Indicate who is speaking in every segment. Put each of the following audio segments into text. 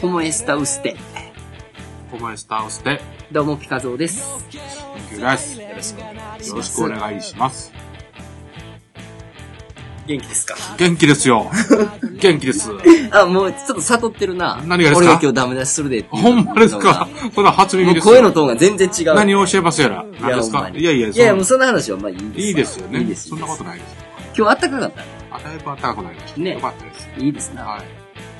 Speaker 1: como está usted?
Speaker 2: ¿Cómo está usted?
Speaker 1: どうも、ピカゾーです。
Speaker 2: Thank you, guys.
Speaker 1: よろしくお願いし
Speaker 2: よ
Speaker 1: ま
Speaker 2: ろし
Speaker 1: す。
Speaker 2: くお願いします。
Speaker 1: 元気ですか
Speaker 2: 元気で すよ。元気です。
Speaker 1: あ、もう、ちょっと悟ってるな。
Speaker 2: 何がですか
Speaker 1: 俺が今日ダメ出しするでっていう
Speaker 2: ほんまですかそんな初
Speaker 1: も
Speaker 2: 耳
Speaker 1: う
Speaker 2: です
Speaker 1: 声の
Speaker 2: よ。
Speaker 1: トーンが全然違う。
Speaker 2: 何
Speaker 1: を
Speaker 2: を教えますやら。
Speaker 1: いや、
Speaker 2: 何で
Speaker 1: ほ
Speaker 2: す
Speaker 1: んま
Speaker 2: か
Speaker 1: に
Speaker 2: いやいや、
Speaker 1: いや、もう
Speaker 2: そ
Speaker 1: そんな話はまあいいです
Speaker 2: んいいですよ
Speaker 1: いい
Speaker 2: ね。
Speaker 1: です。
Speaker 2: そんなこと
Speaker 1: いい
Speaker 2: ないです。
Speaker 1: です今日暖かかったね
Speaker 2: あだいぶ暖かくなりました。
Speaker 1: ね
Speaker 2: よかったです。
Speaker 1: いいですな。
Speaker 2: はい。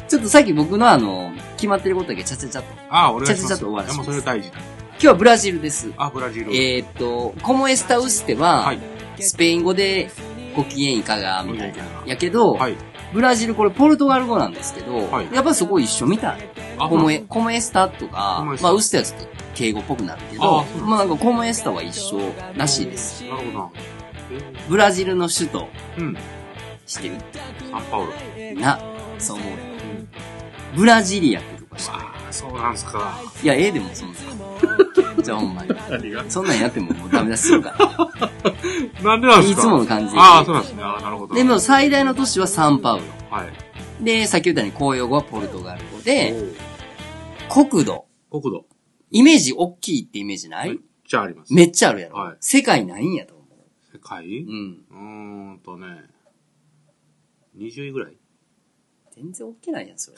Speaker 1: ちょっとさっき僕のあの、決まってることだけちゃちゃちゃっと。今
Speaker 2: あ、お願いします。
Speaker 1: ちょっとちょっと終わらせ
Speaker 2: で
Speaker 1: ます
Speaker 2: もそれ大事だ。
Speaker 1: 日はブラジルです。
Speaker 2: あ、ブラジル。
Speaker 1: えーっと、コモエスタウステは、
Speaker 2: はい。
Speaker 1: スペイン語でご機嫌いかが、みたいな。やけど、
Speaker 2: はい。
Speaker 1: ブラジルこれポルトガル語なんですけど、
Speaker 2: はい
Speaker 1: やっぱそこ一緒みたい。
Speaker 2: あ、
Speaker 1: コ
Speaker 2: ほ
Speaker 1: モ
Speaker 2: ん
Speaker 1: エ、コモエスタとか
Speaker 2: コモエ、スタ
Speaker 1: まあウステはちょっと敬語っぽくなるけど
Speaker 2: あそう、
Speaker 1: まあなんかコモエスタは一緒らしいです。
Speaker 2: なるほど。
Speaker 1: ブラジルの首都
Speaker 2: うん。
Speaker 1: 知ってる
Speaker 2: サンパウロ。
Speaker 1: な、そう思うよ。ブラジリアってとこ知って
Speaker 2: あーそうなんすか。
Speaker 1: るいや、ええでもそんなん。じゃあほんま に。
Speaker 2: 何が
Speaker 1: そんなんやってももうダメ出しする から。
Speaker 2: なんでなんすか
Speaker 1: いつもの感じ
Speaker 2: ああ、そうなんですね。あーなるほど。
Speaker 1: でも、最大の都市はサンパウロ。
Speaker 2: はい。
Speaker 1: で、さっき言ったように公用語はポルトガル語で、
Speaker 2: おー
Speaker 1: 国土。
Speaker 2: 国土。
Speaker 1: イメージ大きいってイメージな
Speaker 2: めっ
Speaker 1: い
Speaker 2: ちゃあります。
Speaker 1: めっちゃあるやろ。
Speaker 2: はい
Speaker 1: 世界ないんやと思
Speaker 2: 世界
Speaker 1: う。うん。
Speaker 2: うーんとね、20位ぐらい
Speaker 1: 全然 OK ないやん、それ。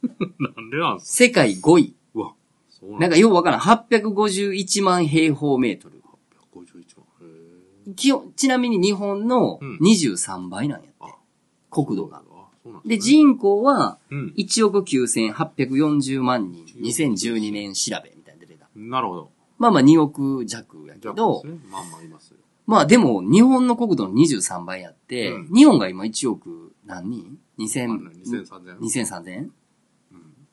Speaker 2: なんでなんす
Speaker 1: 世界5位。
Speaker 2: うわ、そうな
Speaker 1: なんんかようわからん。851万平方メートル。
Speaker 2: 51万。へえ。
Speaker 1: きよちなみに日本の
Speaker 2: うん
Speaker 1: 23倍なんやって。
Speaker 2: あ
Speaker 1: 国土が
Speaker 2: あ。、そうなんすね
Speaker 1: で、人口は
Speaker 2: うん。
Speaker 1: 1億9840万人。2012年調べみたいなの出てた。
Speaker 2: なるほど。
Speaker 1: まあまあ2億弱やけど
Speaker 2: そう、ですね、まあまあいますよ。
Speaker 1: まあでも、日本の国土の23倍やって、
Speaker 2: うん
Speaker 1: 日本が今1億何人
Speaker 2: わか
Speaker 1: ?2000
Speaker 2: んない。2000、
Speaker 1: 2000、
Speaker 2: 3000。
Speaker 1: 3000
Speaker 2: うん。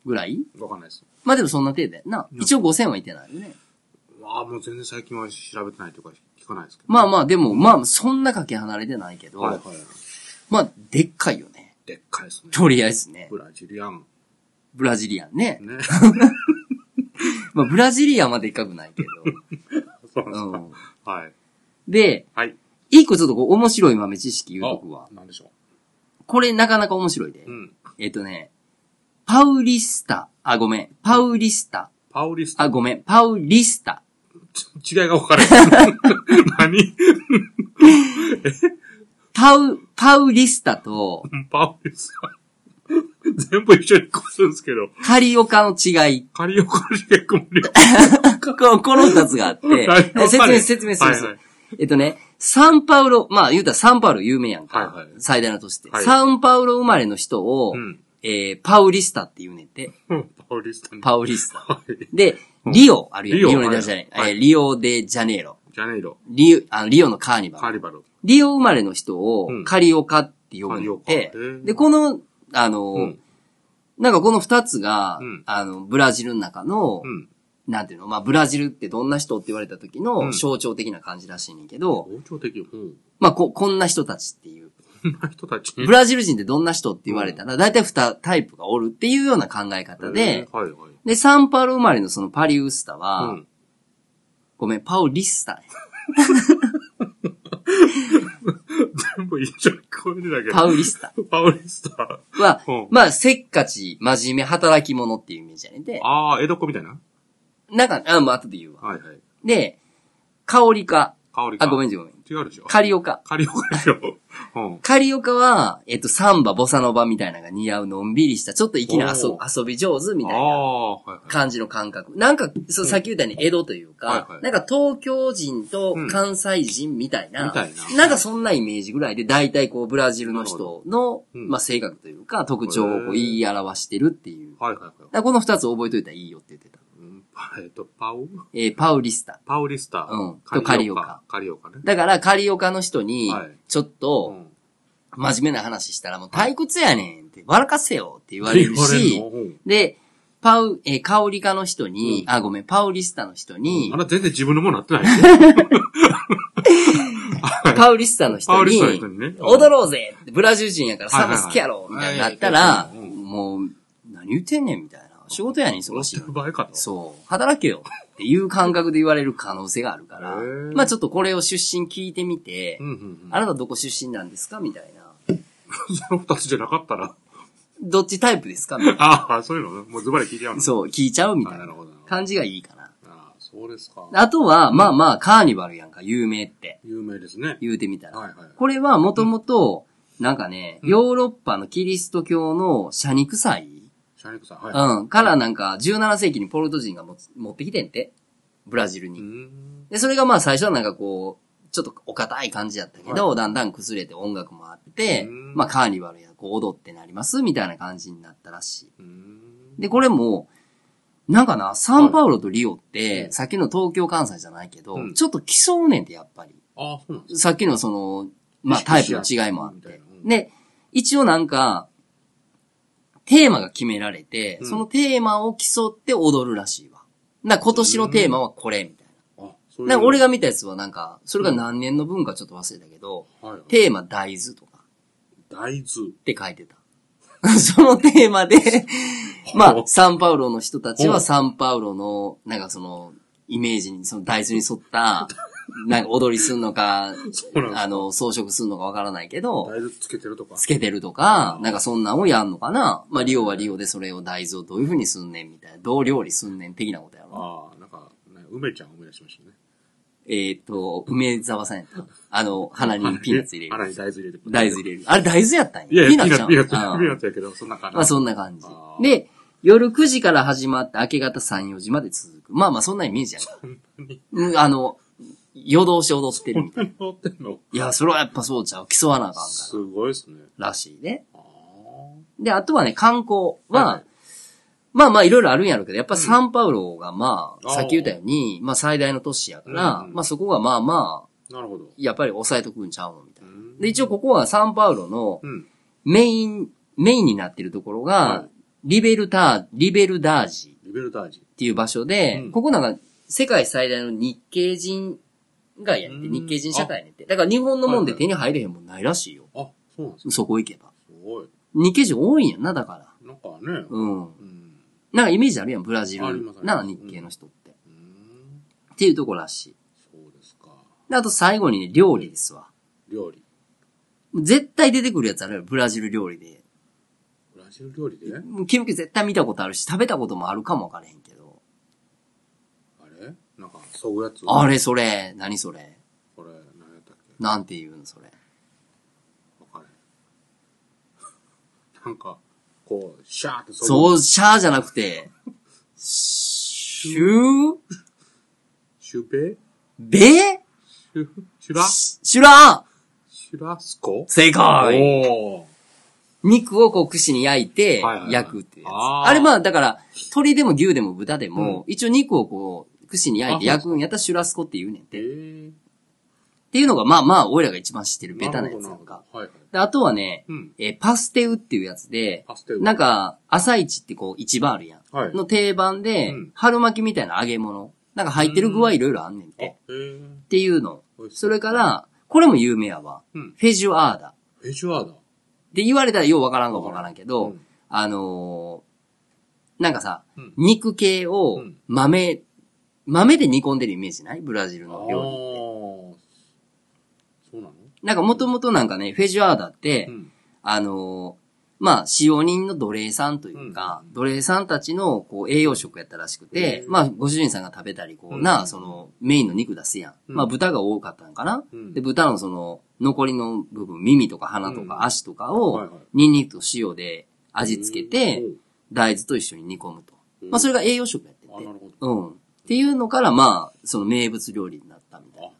Speaker 1: ぐらい
Speaker 2: わかんないです。
Speaker 1: まあでもそんな程度やんな。
Speaker 2: うん
Speaker 1: 1億5000はいてないよね。
Speaker 2: ああ、もう全然最近は調べてないというか聞かないですけど。
Speaker 1: まあまあでも、まあそんなかけ離れてないけど、
Speaker 2: はいはい。
Speaker 1: まあでっかいよね。
Speaker 2: でっかいですね。
Speaker 1: とりあえずね。
Speaker 2: ブラジリアン。
Speaker 1: ブラジリアン ね。
Speaker 2: ね。
Speaker 1: まあブラジリアンはでっかくないけ
Speaker 2: そ
Speaker 1: ど。
Speaker 2: う
Speaker 1: う
Speaker 2: なん
Speaker 1: ん
Speaker 2: ですか。はい。
Speaker 1: で、
Speaker 2: はい。
Speaker 1: 一個ちょっとこう面白い豆知識言うとくわ。
Speaker 2: あなんでしょ
Speaker 1: これなかなか面白いで。
Speaker 2: う。うん。
Speaker 1: えっとね、パウリスタ、あ、ごめん、パウリスタ、
Speaker 2: パウリス
Speaker 1: あ、
Speaker 2: タ。
Speaker 1: ごめん、パウリスタ。
Speaker 2: 違いが分か らない。何
Speaker 1: パウ、パウリスタと
Speaker 2: パウリスタ。全部一緒に越すんですけど、
Speaker 1: カリオカの違い。
Speaker 2: カリオカリエクモリ
Speaker 1: このこの二つがあ って、説明、説明するんですよ
Speaker 2: はい
Speaker 1: えっとね、サンパウロ、まあ言うたらサンパウロ有名やんか。
Speaker 2: はいはい
Speaker 1: 最大の都市って、
Speaker 2: はい
Speaker 1: サンパウロ生まれの人を、
Speaker 2: うん
Speaker 1: えー、パウリスタって言うねんて。
Speaker 2: はい。パウリスタ。
Speaker 1: パウリスタ。
Speaker 2: はい。
Speaker 1: で、リオあるやん。
Speaker 2: リオ
Speaker 1: リオデジャネ
Speaker 2: はいはい
Speaker 1: えーリオデジャネイロ。
Speaker 2: ジャネイロ、
Speaker 1: リオ、あの、リオのカーニバル。
Speaker 2: カーニバル。
Speaker 1: リオ生まれの人を
Speaker 2: うん
Speaker 1: カリオカって呼ぶのって、
Speaker 2: カリオカへー
Speaker 1: で、この、あの、
Speaker 2: うん
Speaker 1: なんかこの二つが、
Speaker 2: うん
Speaker 1: あの、ブラジルの中の、
Speaker 2: うん。
Speaker 1: なんていうの、まあ、ブラジルってどんな人って言われた時
Speaker 2: う
Speaker 1: の
Speaker 2: ん
Speaker 1: 象徴的な感じらしいねんけど、
Speaker 2: 王朝的。うん。
Speaker 1: まあ、こ、こんな人たちっていう。
Speaker 2: こんな人たち。
Speaker 1: ブラジル人ってどんな人って言われたら、だいたい二タイプがおるっていうような考え方で
Speaker 2: え、ーはいはい。
Speaker 1: で、サンパウロ生まれのそのパリウスタは、
Speaker 2: うん。
Speaker 1: ごめん、パウリスタ。
Speaker 2: 全部一緒に聞こえてたけど。
Speaker 1: パウリスタ
Speaker 2: パウリスタ。
Speaker 1: は、
Speaker 2: うん
Speaker 1: まあ、せっかち、真面目、働き者っていうイメージやねんて。
Speaker 2: ああ、江戸っ子みたいな
Speaker 1: なんか、あ、もう後で言うわ。
Speaker 2: はいはい。
Speaker 1: で、香りか。
Speaker 2: 香りか。
Speaker 1: あ、ごめ
Speaker 2: ん。
Speaker 1: ん、ごめん。
Speaker 2: 違うでしょ。
Speaker 1: カリオカ。
Speaker 2: カリオカリオ。うん。
Speaker 1: カリオカは、えっと、サンバ、ボサノバみたいなのが似合う、のんびりした、ちょっと粋な遊
Speaker 2: お
Speaker 1: 遊び上手み
Speaker 2: あ
Speaker 1: たいな
Speaker 2: あ、はいはい。
Speaker 1: 感じの感覚。なんか、そう、さっき言ったように江戸というか
Speaker 2: はいは、い
Speaker 1: なんか東京人と
Speaker 2: うん
Speaker 1: 関西人みたいな、
Speaker 2: みたいな
Speaker 1: なんかそんなイメージぐらいで、大体こう、ブラジルの人の、
Speaker 2: うん
Speaker 1: まあ、性格というか、特徴をこう
Speaker 2: へー
Speaker 1: 言い表してるっていう。
Speaker 2: はいはいはい。
Speaker 1: だからこの二つ覚えといたらいいよって言ってた。
Speaker 2: うんえっと、パウ
Speaker 1: えーパウリスタ。
Speaker 2: パウリスタ。
Speaker 1: うん
Speaker 2: カリオカ。
Speaker 1: カリオカ
Speaker 2: カリオカね。
Speaker 1: だから、カリオカの人に
Speaker 2: はい、
Speaker 1: ちょっと、
Speaker 2: うん
Speaker 1: 真面目な話したらもう退屈やねんって、笑かせよって言われるし、
Speaker 2: 言われるの
Speaker 1: で、パウ、えーカオリカの人に、
Speaker 2: うん
Speaker 1: あ、ごめん、パウリスタの人
Speaker 2: う
Speaker 1: に
Speaker 2: んあ、なた全然自分のものなってないよ。
Speaker 1: パウリスタの
Speaker 2: パ
Speaker 1: 人
Speaker 2: ウリ
Speaker 1: に
Speaker 2: スタ、の人にね。
Speaker 1: 踊ろうぜブラジル人やから
Speaker 2: は
Speaker 1: サ
Speaker 2: い
Speaker 1: バ
Speaker 2: はいはい
Speaker 1: 好きやろみたいになった
Speaker 2: は
Speaker 1: ら、
Speaker 2: いはいはいうん
Speaker 1: もう、何言ってんねんみたいな。仕事やねん、忙しいの
Speaker 2: 踊ってる場合かと。
Speaker 1: そう、働けよっていう感覚で言われる可能性があるか
Speaker 2: へ
Speaker 1: ら、
Speaker 2: ー
Speaker 1: まあちょっとこれを出身聞いてみて、
Speaker 2: うんうんうん。
Speaker 1: あなたどこ出身なんですかみたいな。
Speaker 2: その二つじゃなかったら。
Speaker 1: どっちタイプですかみたい
Speaker 2: ああ、そういうのもうズバリ聞いちゃう
Speaker 1: な
Speaker 2: の
Speaker 1: そう、聞いちゃうみたい
Speaker 2: あな
Speaker 1: な
Speaker 2: るほどなるほど
Speaker 1: 感じがいいかな。
Speaker 2: ああ、そうですか。
Speaker 1: あとは、まあまあ、カーニバルやんか、有名って
Speaker 2: 有名ですね。
Speaker 1: 言うてみたら。
Speaker 2: はいはい。
Speaker 1: これはもともと、なんかね、
Speaker 2: うん
Speaker 1: ヨーロッパのキリスト教の社肉祭、
Speaker 2: シャニクさん、はい。
Speaker 1: うん、からなんか17世紀にポルト人が持つ持ってきてんて。ブラジル
Speaker 2: う
Speaker 1: に。
Speaker 2: ーん。
Speaker 1: で、それがまあ最初はなんかこう、ちょっとお堅い感じやったけど、
Speaker 2: は
Speaker 1: だんだん崩れて音楽もあって、
Speaker 2: うん
Speaker 1: まあカーニバルやこう踊ってなりますみたいな感じになったらし
Speaker 2: うーん
Speaker 1: い。で、これも、なんかな、サンパウロとリオって、
Speaker 2: はい
Speaker 1: さっきの東京関西じゃないけど、
Speaker 2: うん
Speaker 1: ちょっと気象ねんってやっぱり。
Speaker 2: ああ、そうなんです
Speaker 1: さっきのその、まあタ
Speaker 2: 意
Speaker 1: イ
Speaker 2: 識
Speaker 1: プ
Speaker 2: し合
Speaker 1: の違
Speaker 2: う
Speaker 1: いもあっ
Speaker 2: みたい
Speaker 1: て
Speaker 2: な。うん
Speaker 1: で、一応なんか、テーマが決められて、
Speaker 2: うん
Speaker 1: そのテーマを競って踊るらしいわ。だから今年のテーマはこれ、みたいな。
Speaker 2: あ、そういう。
Speaker 1: なんか俺が見たやつはなんか、それが何年の文かちょっと忘れたけど、
Speaker 2: はいはい、
Speaker 1: テーマ大豆とか
Speaker 2: 大豆。
Speaker 1: って書いてた。 そのテーマで、まあ、サンパウロの人たち
Speaker 2: ほ
Speaker 1: は
Speaker 2: う
Speaker 1: サンパウロの、なんかその、イメージに、その大豆に沿った、なんか踊りすんのか、
Speaker 2: そうなんです
Speaker 1: あの、装飾すんのかわからないけど、
Speaker 2: 大豆つけてるとか。
Speaker 1: つけてるとか、なんかそんなんをやんのかな。まあ、リオはリオでそれを大豆をどういう風にすんねんみたいな、どう料理すんねん的なことやろ。
Speaker 2: ああ、なんか、ね、梅ちゃん思い出しましたね。
Speaker 1: えっ、と、梅沢さんやった。あの、鼻にピーナッツ入れる。
Speaker 2: 腹に大豆入れて。
Speaker 1: 大豆入れる。あれ大豆やったんや。
Speaker 2: いやいや、ピーナッ
Speaker 1: ちゃ
Speaker 2: ツ、
Speaker 1: う
Speaker 2: ピーナッツ、ピ
Speaker 1: ああ
Speaker 2: ーナッツやけど、そんな感じ。
Speaker 1: まあそんな感じ
Speaker 2: あ。ー
Speaker 1: で、夜9時から始まって明け方3、4時まで続く。まあまあそんなイメージやな。うん、あの、夜通し踊ってるみたいな。
Speaker 2: 乗ってんの
Speaker 1: いや、それはやっぱそうちゃう。競わなあかんか
Speaker 2: すごいですね。
Speaker 1: ら。らしいね。
Speaker 2: ああ。
Speaker 1: で、あとはね、観光は、
Speaker 2: はい
Speaker 1: まあまあいろいろあるんやろうけど、やっぱサンパウロがまあ、
Speaker 2: あー
Speaker 1: さっき言ったように、まあ最大の都市やから、
Speaker 2: うん
Speaker 1: まあそこがまあまあ、
Speaker 2: なるほど。
Speaker 1: やっぱり抑えとくんちゃうのみたいうな。
Speaker 2: ん
Speaker 1: で、一応ここはサンパウロの、
Speaker 2: うん。
Speaker 1: メイン、メインになってるところ
Speaker 2: は
Speaker 1: が、リベルター、リベルダージ
Speaker 2: リベルダージ。
Speaker 1: っていう場所で、
Speaker 2: うん
Speaker 1: ここなんか世界最大の日系人がやねんて、
Speaker 2: うん
Speaker 1: 日系人社会やねんて。だから日本のもんで
Speaker 2: はいはい
Speaker 1: 手に入れへんもんないらしいよ。
Speaker 2: あ、そうなんですか。
Speaker 1: そこ行けば。
Speaker 2: すごい。
Speaker 1: 日系人多いんやんな、だから。
Speaker 2: なんかね。
Speaker 1: うん。
Speaker 2: うん。
Speaker 1: なんかイメージあるやん、ブラジ
Speaker 2: ありま
Speaker 1: ル
Speaker 2: す
Speaker 1: な
Speaker 2: あり
Speaker 1: 日
Speaker 2: ます
Speaker 1: 系の人って。
Speaker 2: うん。
Speaker 1: っていうとこらしい。
Speaker 2: そうですか。
Speaker 1: であと最後にね、料理ですわ。
Speaker 2: 料理。
Speaker 1: 絶対出てくるやつあるやろ、ブラジル料理で。
Speaker 2: ブラジル料理で
Speaker 1: もうキムキ絶対見たことあるし、食べたこともあるかもわからへんけど。
Speaker 2: あれなんか、そういうやつ
Speaker 1: あ
Speaker 2: れ
Speaker 1: れ、それ、何それ。
Speaker 2: これ、何やったっけ
Speaker 1: なんて言うの、それ。
Speaker 2: わかれへん。 なんか、こう、シャーって。
Speaker 1: そうう、シャーじゃなく て、シュー
Speaker 2: シュペ
Speaker 1: ベ
Speaker 2: シュ、シュラ
Speaker 1: シュラー
Speaker 2: シュラスコ
Speaker 1: 正解
Speaker 2: おー。
Speaker 1: 肉をこう串に焼いて
Speaker 2: はいはいは、い
Speaker 1: 焼くってやつ。
Speaker 2: あー
Speaker 1: あれまあ、だから、鶏でも牛でも豚でも、一応肉をこう、串に焼いて
Speaker 2: あ
Speaker 1: 焼くんやったらシュラスコって言うねん
Speaker 2: え
Speaker 1: て。っ
Speaker 2: ー。
Speaker 1: ていうのがまあまあ、俺らが一番知ってるベタなやつ
Speaker 2: る
Speaker 1: や
Speaker 2: ほ
Speaker 1: ん
Speaker 2: どなる
Speaker 1: か。
Speaker 2: ほどはいはい。
Speaker 1: であとはね、
Speaker 2: うん。
Speaker 1: えーパステウっていうやつで、
Speaker 2: パステル。
Speaker 1: なんか、朝市ってこう、市場あるやん。
Speaker 2: はい。
Speaker 1: の定番で
Speaker 2: うん、
Speaker 1: 春巻きみたいな揚げ物。なんか入ってる具はいろいろあんねん
Speaker 2: あ、へ
Speaker 1: て。
Speaker 2: ー。
Speaker 1: っていうの。
Speaker 2: 美味し
Speaker 1: そうれか、ら、これも有名やわ。
Speaker 2: うん。
Speaker 1: フェジュアーダ。
Speaker 2: フェジュアーダ。
Speaker 1: で、言われたらようわからんかもわからんけど、
Speaker 2: うん
Speaker 1: あのーなんかさ、
Speaker 2: うん
Speaker 1: 肉系を
Speaker 2: うん
Speaker 1: 豆、豆で煮込んでるイメージないブラジル
Speaker 2: ああ
Speaker 1: の
Speaker 2: ー。
Speaker 1: 料理。
Speaker 2: そうなの
Speaker 1: なんかもともとなんかね、フェジュアーダって、
Speaker 2: うん。
Speaker 1: あのーまあ、使用人の奴隷さんというか、
Speaker 2: うん
Speaker 1: 奴隷さんたちのこう栄養食やったらしくて、
Speaker 2: へー
Speaker 1: まあ、ご主人さんが食べたり、こうな、
Speaker 2: うん
Speaker 1: その、メインの肉出すやん。
Speaker 2: うん
Speaker 1: まあ、豚が多かったんかな、
Speaker 2: うん
Speaker 1: で、豚のその、残りの部分、耳とか鼻と
Speaker 2: うん
Speaker 1: か足とか
Speaker 2: はい
Speaker 1: を
Speaker 2: はい、
Speaker 1: ニンニクと塩で味付けて、大豆と一緒に煮込むと。
Speaker 2: うん、
Speaker 1: まあ、それが栄養食やってて
Speaker 2: あ、。なるほど。
Speaker 1: うん。っていうのから、まあ、その名物料理になったみたいな
Speaker 2: あ。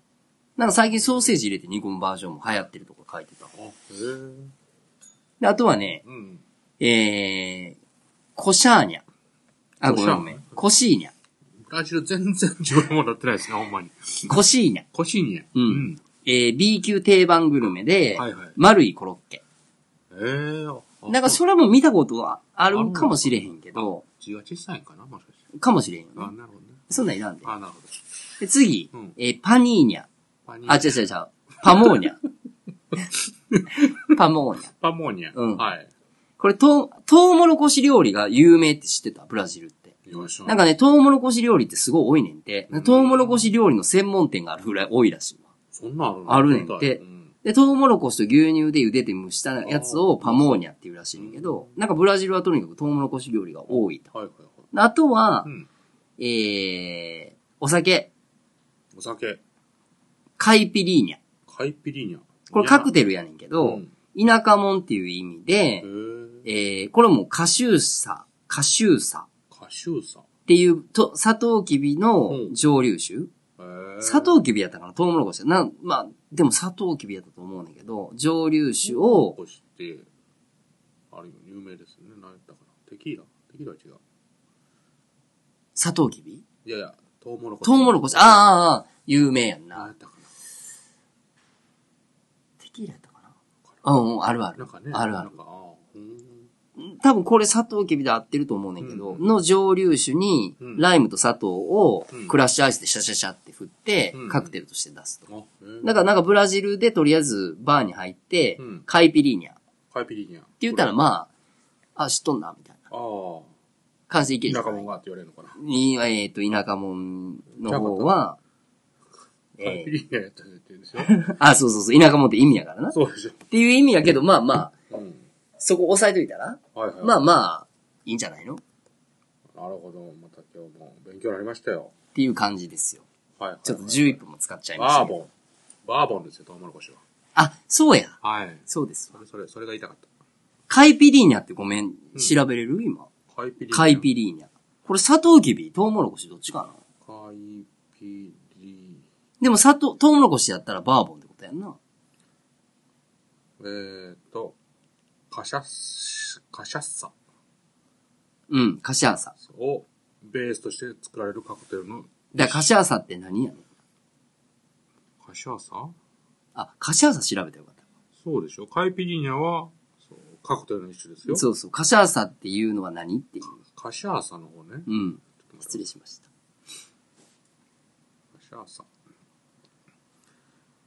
Speaker 1: なんか最近ソーセージ入れて煮込むバージョンも流行ってるとか書いてた。
Speaker 2: あ、へえ。
Speaker 1: で、あとはね、
Speaker 2: うん。
Speaker 1: えー、コシャーニャ。あ、ごめんごめん。コシーニャ。
Speaker 2: ブラジル全然自分もなってないですね、ほんまに。
Speaker 1: コシーニャ。
Speaker 2: コシニア。
Speaker 1: うん。えー、B 級定番グルメで、
Speaker 2: はいはい
Speaker 1: 丸いコロッケ。
Speaker 2: ええあ
Speaker 1: なんかそれも見たことはあるかもしれへんけど、
Speaker 2: 字が小さいんかなもしかして。
Speaker 1: かもしれんよ
Speaker 2: あ、
Speaker 1: ね。
Speaker 2: なるほどね。
Speaker 1: そんなんいらんで。
Speaker 2: あ、なるほど。
Speaker 1: で次、
Speaker 2: うん
Speaker 1: えーパニーニャ。
Speaker 2: パニ
Speaker 1: あ、違う違う違う。パモー ニャ。パモーニャ。
Speaker 2: パモニア。
Speaker 1: うん
Speaker 2: はい。
Speaker 1: これ、とう、とうもろこし料理が有名って知ってたブラジルって。
Speaker 2: よいしょ。
Speaker 1: なんかね、とうもろこし料理ってすごい多いねんて
Speaker 2: う。ん
Speaker 1: とうもろこし料理の専門店があるぐらい多いらしいわ。
Speaker 2: そんなんあるの
Speaker 1: あるねんて
Speaker 2: うん
Speaker 1: で、トウモロコシと牛乳で茹でて蒸したやつをパモーニャっていうらしいんだけど、なんかブラジルはとにかくトウモロコシ料理が多いと。
Speaker 2: はいはいは
Speaker 1: あとは、
Speaker 2: い。うん。
Speaker 1: えー、お酒、
Speaker 2: お酒、
Speaker 1: カイピリーニャ。
Speaker 2: カイピリーニャ。
Speaker 1: これカク
Speaker 2: テ
Speaker 1: テルやねんけど、
Speaker 2: ん、
Speaker 1: 田舎もんっていう意味で、
Speaker 2: へえ。
Speaker 1: えー、これもカシューサ、カシューサ
Speaker 2: カシューさん。
Speaker 1: っていうと、サトウキビの
Speaker 2: うん
Speaker 1: 蒸留酒、
Speaker 2: へえ。
Speaker 1: サトウキビやったかなトウモロコシやなん、まあ、でもサトウキビやったと思うんだけど、蒸留酒を、
Speaker 2: こして、あれ、有名ですよね。何やったかな。テキーラテキーラは違う。
Speaker 1: サトウキビ
Speaker 2: いやいや、トウモロコシ。
Speaker 1: トウモロコシ、ああ、ああああ、有名やん
Speaker 2: 何や
Speaker 1: な。
Speaker 2: ったかな。
Speaker 1: テキーラやったかなうんうん、あるあ
Speaker 2: な
Speaker 1: る
Speaker 2: ん。かね、
Speaker 1: あるある
Speaker 2: なんか、ああ、うーん。
Speaker 1: 多分これサトウキビで合ってると思うねんだけど、
Speaker 2: うん
Speaker 1: の蒸留酒に
Speaker 2: う、ん
Speaker 1: ライムと砂糖を
Speaker 2: うん
Speaker 1: クラッシュアイスでシャシャシャって振って、
Speaker 2: うん
Speaker 1: カクテルとして出すと。
Speaker 2: あ、へえ。
Speaker 1: だからなんかブラジルでとりあえずバーに入って、
Speaker 2: うん
Speaker 1: カイピリーニャって
Speaker 2: カイピリーニャ。って
Speaker 1: 言ったら
Speaker 2: あ
Speaker 1: まあ、あ、知っとんな、みたいな
Speaker 2: あー、
Speaker 1: 感じでいけるじゃ
Speaker 2: 田舎
Speaker 1: な
Speaker 2: も
Speaker 1: い
Speaker 2: んがって言われるのかな。
Speaker 1: に、えっ、と、田舎門の方は、
Speaker 2: カイ
Speaker 1: え
Speaker 2: ピ
Speaker 1: ー
Speaker 2: リーニャやったって言うんですよ。
Speaker 1: あ、そうそうそう、田舎門って意味やからな。っ
Speaker 2: そうですよ。
Speaker 1: ていう意味やけど、まあまあ、
Speaker 2: うん。
Speaker 1: そこ押さえといたら、
Speaker 2: はいはい。
Speaker 1: まあまあ、いいんじゃないのっ
Speaker 2: なるほど。また今日も勉強になりましたよ。
Speaker 1: ていう感じですよ。
Speaker 2: はいはい。
Speaker 1: ちょっと11分も使っちゃいまし
Speaker 2: バ
Speaker 1: た
Speaker 2: ー
Speaker 1: けど。
Speaker 2: ボン。バーボンですよ、トウモロコシは。
Speaker 1: あ、そうや。
Speaker 2: はい。
Speaker 1: そうです
Speaker 2: そ。れ、それ、それが言いたかっ
Speaker 1: カイピリーニャってごめん、
Speaker 2: うん
Speaker 1: 調べれる今。
Speaker 2: た。カイピリーニャ。
Speaker 1: カイピリーニャ。これ、サトウキビ、トウモロコシどっちかな
Speaker 2: カイピリ
Speaker 1: でも、砂糖、トウモロコシやったらバーボンってことやんな。
Speaker 2: えーと、カシャッ、カシャッサ
Speaker 1: うん、カシャーサ。
Speaker 2: をベースとして作られるカクテルの
Speaker 1: だからカシャーサって何やねん。
Speaker 2: カシャッサ
Speaker 1: あ、カシャーサ調べたらよかっ
Speaker 2: そうでしょカイピリーニャは、そう、カクテルの一種ですよ
Speaker 1: た。。そうそう、カシャーサっていうのは何っていう。
Speaker 2: カシャーサの方ね。
Speaker 1: うん。失
Speaker 2: カ
Speaker 1: 礼しました。
Speaker 2: シャーサ。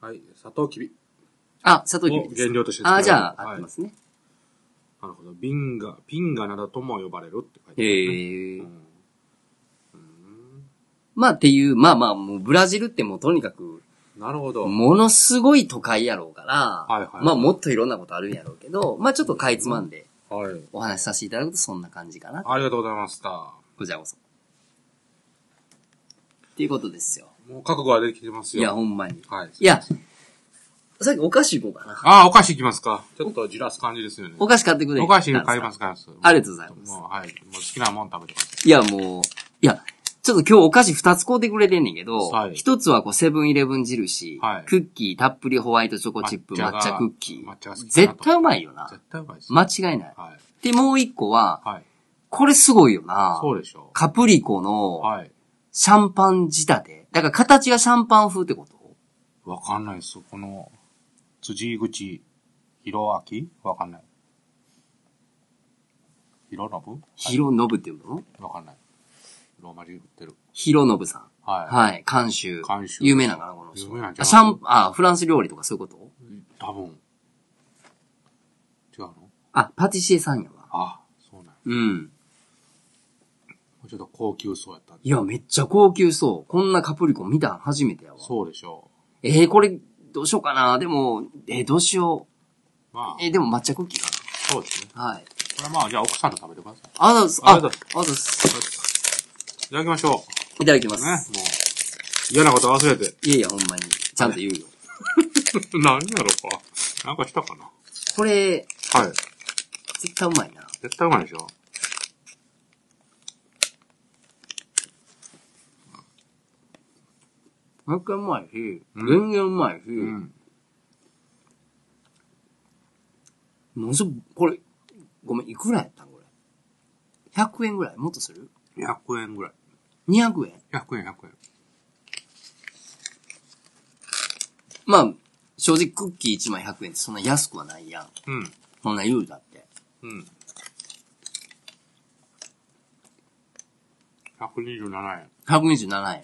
Speaker 2: はい、砂糖きび。
Speaker 1: あ、砂糖キビ
Speaker 2: を
Speaker 1: です。
Speaker 2: 原料として作ら
Speaker 1: あ、
Speaker 2: れる
Speaker 1: じゃあ、
Speaker 2: は
Speaker 1: 合っ
Speaker 2: い
Speaker 1: てますね。
Speaker 2: なるほど。ビンガ、ピンガなどとも呼ばれるって書いてある、ね。
Speaker 1: へえ
Speaker 2: う。んうん
Speaker 1: まあっていう、まあまあ、もうブラジルってもうとにかく、
Speaker 2: なるほど。
Speaker 1: ものすごい都会やろうから、
Speaker 2: はいはい
Speaker 1: まあもっといろんなことあるんやろうけど、まあちょっとかいつまんで
Speaker 2: はい。
Speaker 1: お話しさせていただくとそんな感じかな。
Speaker 2: ありがとうございました。
Speaker 1: こちらこそ。っていうことですよ。
Speaker 2: もう覚悟はできてます
Speaker 1: い
Speaker 2: よ。
Speaker 1: や、ほんまに。
Speaker 2: はい。
Speaker 1: いや、さっきお菓子行こうかな。
Speaker 2: ああ、お菓子いきますか。ちょっとじらす感じですよね。
Speaker 1: お菓子買ってくれ。
Speaker 2: お菓子買いますす、買います。
Speaker 1: ありがとうございます
Speaker 2: もう、はい。もう好きなもん食べてます。
Speaker 1: いや、もう、いや、ちょっと今日お菓子二つ買うてくれてんねんけど
Speaker 2: は、い
Speaker 1: 一、つはこうセブンイレブン印、
Speaker 2: はい
Speaker 1: クッキーたっぷりホワイトチョコチップ
Speaker 2: 抹茶
Speaker 1: 抹
Speaker 2: が
Speaker 1: 茶クッキ
Speaker 2: 抹茶
Speaker 1: ー
Speaker 2: が好きか。なと
Speaker 1: 絶対うまいよな
Speaker 2: 絶。対うまいです。
Speaker 1: 間違いない。
Speaker 2: はい。
Speaker 1: で、もう一個は、
Speaker 2: はい。
Speaker 1: これすごいよな。
Speaker 2: そうでしょ
Speaker 1: カプリコ
Speaker 2: う。
Speaker 1: の
Speaker 2: はい。
Speaker 1: シャンパン仕立て。だから形がシャンパン風ってこと
Speaker 2: わかんないです。この、辻口、弘明わかんない。弘信
Speaker 1: ヒロノブっていうの
Speaker 2: わかんない。ローマ字売ってる。
Speaker 1: ヒロノブさん。
Speaker 2: は
Speaker 1: は
Speaker 2: い。
Speaker 1: い。監修。
Speaker 2: 監修
Speaker 1: 有名なんかな、この人。
Speaker 2: 有名なんち
Speaker 1: あ
Speaker 2: ゃう
Speaker 1: シャン、あ、フランス料理とかそういうこと
Speaker 2: 多分。違うの
Speaker 1: あ、パティシエさんやわ。
Speaker 2: あ、そうなんや。
Speaker 1: うん。
Speaker 2: もうちょっと高級そうやったんで
Speaker 1: いや、めっちゃ高級そう。こんなカプリコ見たん初めてやわ。
Speaker 2: そうでしょ
Speaker 1: えー、これ、どうしようかな。でも、えー、どうしよ
Speaker 2: う。ま
Speaker 1: う。
Speaker 2: あ、
Speaker 1: えー、でも抹茶クッキーか
Speaker 2: そうですね。
Speaker 1: な。はい。
Speaker 2: これまあ、じゃあ奥さんと食べてください。
Speaker 1: あざっす。あ、
Speaker 2: あ
Speaker 1: あ
Speaker 2: り
Speaker 1: ざ
Speaker 2: が
Speaker 1: っ
Speaker 2: と
Speaker 1: す。
Speaker 2: いただきましょ
Speaker 1: いただきま
Speaker 2: う。ね、もう
Speaker 1: す。。
Speaker 2: 嫌なこと忘れて。
Speaker 1: いやいや、ほんまに。ちゃんと言うよ。
Speaker 2: 何やろうか。なんかしたかな。
Speaker 1: これ、
Speaker 2: はい。
Speaker 1: 絶対うまいな。
Speaker 2: 絶対うまいでしょ。
Speaker 1: もう一回うまいし、
Speaker 2: うん
Speaker 1: 全然うまいし、
Speaker 2: う
Speaker 1: も
Speaker 2: ん。
Speaker 1: うそ、これ、ごめん、いくらやったんこれ。100円ぐらいもっとする
Speaker 2: 100円ぐらい。
Speaker 1: ?200 円
Speaker 2: 100円、100円。
Speaker 1: まあ、正直クッキー1枚100円ってそんな安くはないやん。
Speaker 2: うん。
Speaker 1: そんな言うだって。
Speaker 2: うん。127円。
Speaker 1: 127円。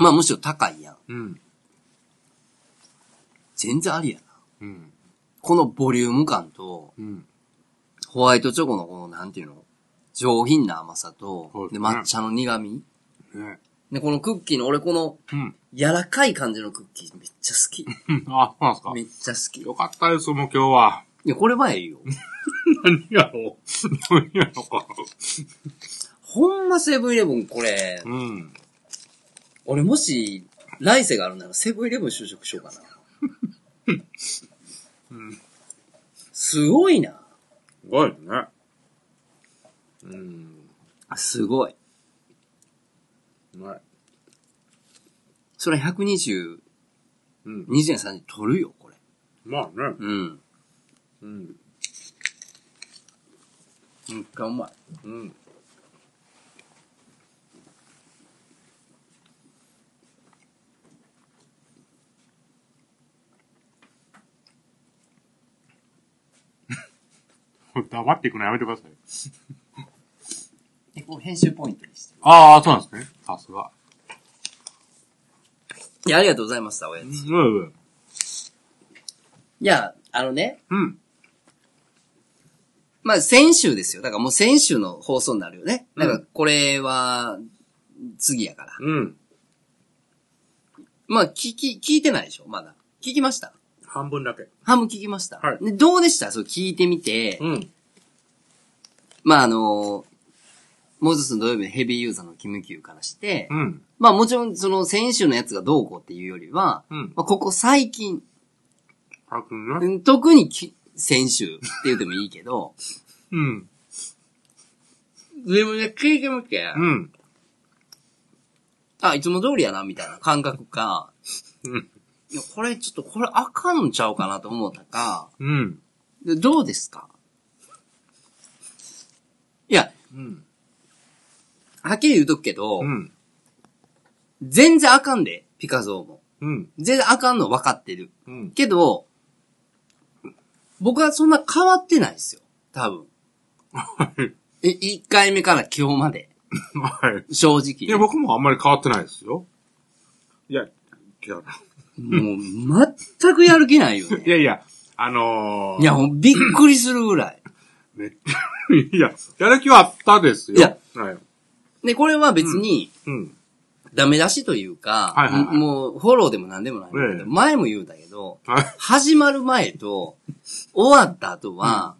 Speaker 1: まあむしろ高いやん。
Speaker 2: うん。
Speaker 1: 全然ありやな。
Speaker 2: うん。
Speaker 1: このボリューム感と、
Speaker 2: うん。
Speaker 1: ホワイトチョコのこのなんていうの上品な甘さと
Speaker 2: そう、で
Speaker 1: です
Speaker 2: ね
Speaker 1: 抹茶の苦味
Speaker 2: ね。
Speaker 1: で、このクッキーの、俺この、
Speaker 2: うん。
Speaker 1: 柔らかい感じのクッキーめっちゃ好き。
Speaker 2: うんあ、そうなんですか
Speaker 1: め。っちゃ好き。い
Speaker 2: よかったです、もう今日は。
Speaker 1: や、これはええ よ。
Speaker 2: 何やろう何やろうか。
Speaker 1: ほんまセブンイレブンこれ、
Speaker 2: うん。
Speaker 1: 俺もし、来世があるならセブンイレブン就職しようかな。 すごいな。
Speaker 2: すごいね。うん。
Speaker 1: すごい。
Speaker 2: うまい。
Speaker 1: それ120、
Speaker 2: うん。
Speaker 1: 20円30取るよ、これ。
Speaker 2: まあね。
Speaker 1: うん。
Speaker 2: うん。
Speaker 1: めっちゃうまい。
Speaker 2: うん。黙っていくのやめてください。
Speaker 1: で、こう編集ポイントにしてる。
Speaker 2: ああ、そうなんですね。さすが。
Speaker 1: いや、ありがとうございました、おやつ。い
Speaker 2: うん。
Speaker 1: や、あのね、
Speaker 2: うん。
Speaker 1: まあ、先週ですよ。だからもう先週の放送になるよね。だから、これは、次やから。
Speaker 2: うん。
Speaker 1: まあ、聞き、聞いてないでしょ、まだ。聞きました
Speaker 2: 半分だけ。
Speaker 1: ハム聞きました。
Speaker 2: はい
Speaker 1: でどうでしたそう聞いてみて、
Speaker 2: うん。
Speaker 1: まあ、あの、もう一つの土曜日のヘビーユーザーのキムキューからして、
Speaker 2: うん。
Speaker 1: まあもちろんその先週のやつがどうこうっていうよりは、
Speaker 2: うん。
Speaker 1: まあ、ここ最近、
Speaker 2: あくん
Speaker 1: う
Speaker 2: ね。
Speaker 1: ん特にき先週って言ってもいいけど、
Speaker 2: うん。
Speaker 1: でもね、聞いてみて、
Speaker 2: うん。
Speaker 1: あ、いつも通りやな、みたいな感覚か、
Speaker 2: うん。
Speaker 1: いや、これちょっと、これあかんのちゃうかなと思ったか、
Speaker 2: うん。
Speaker 1: でどうですかいや、
Speaker 2: うん。
Speaker 1: はっきり言うとくけど、
Speaker 2: うん。
Speaker 1: 全然あかんで、ピカゾーも。
Speaker 2: うん。
Speaker 1: 全然あかんの分かってる。
Speaker 2: うん。
Speaker 1: けど、僕はそんな変わってないですよ。多分。
Speaker 2: は
Speaker 1: え、
Speaker 2: い。
Speaker 1: 1回目から今日まで。
Speaker 2: はい。
Speaker 1: 正
Speaker 2: いや、
Speaker 1: 直。も
Speaker 2: 僕もあんまり変わってないですよ。いや、違うな。
Speaker 1: う、全くやる気ないよ
Speaker 2: い
Speaker 1: ね。
Speaker 2: やいや、あのー、
Speaker 1: いや、もうびっくりするぐらい。
Speaker 2: めっちゃ、 いや、やる気はあったですよ。
Speaker 1: いや、
Speaker 2: はい。
Speaker 1: で、これは別に、
Speaker 2: うん。
Speaker 1: ダメ出しというか、
Speaker 2: はいはいはい
Speaker 1: もう、フォローでも何でもないんだけど、
Speaker 2: ええ
Speaker 1: 前も言うたけど、
Speaker 2: はい。
Speaker 1: 始まる前と、終わった後は、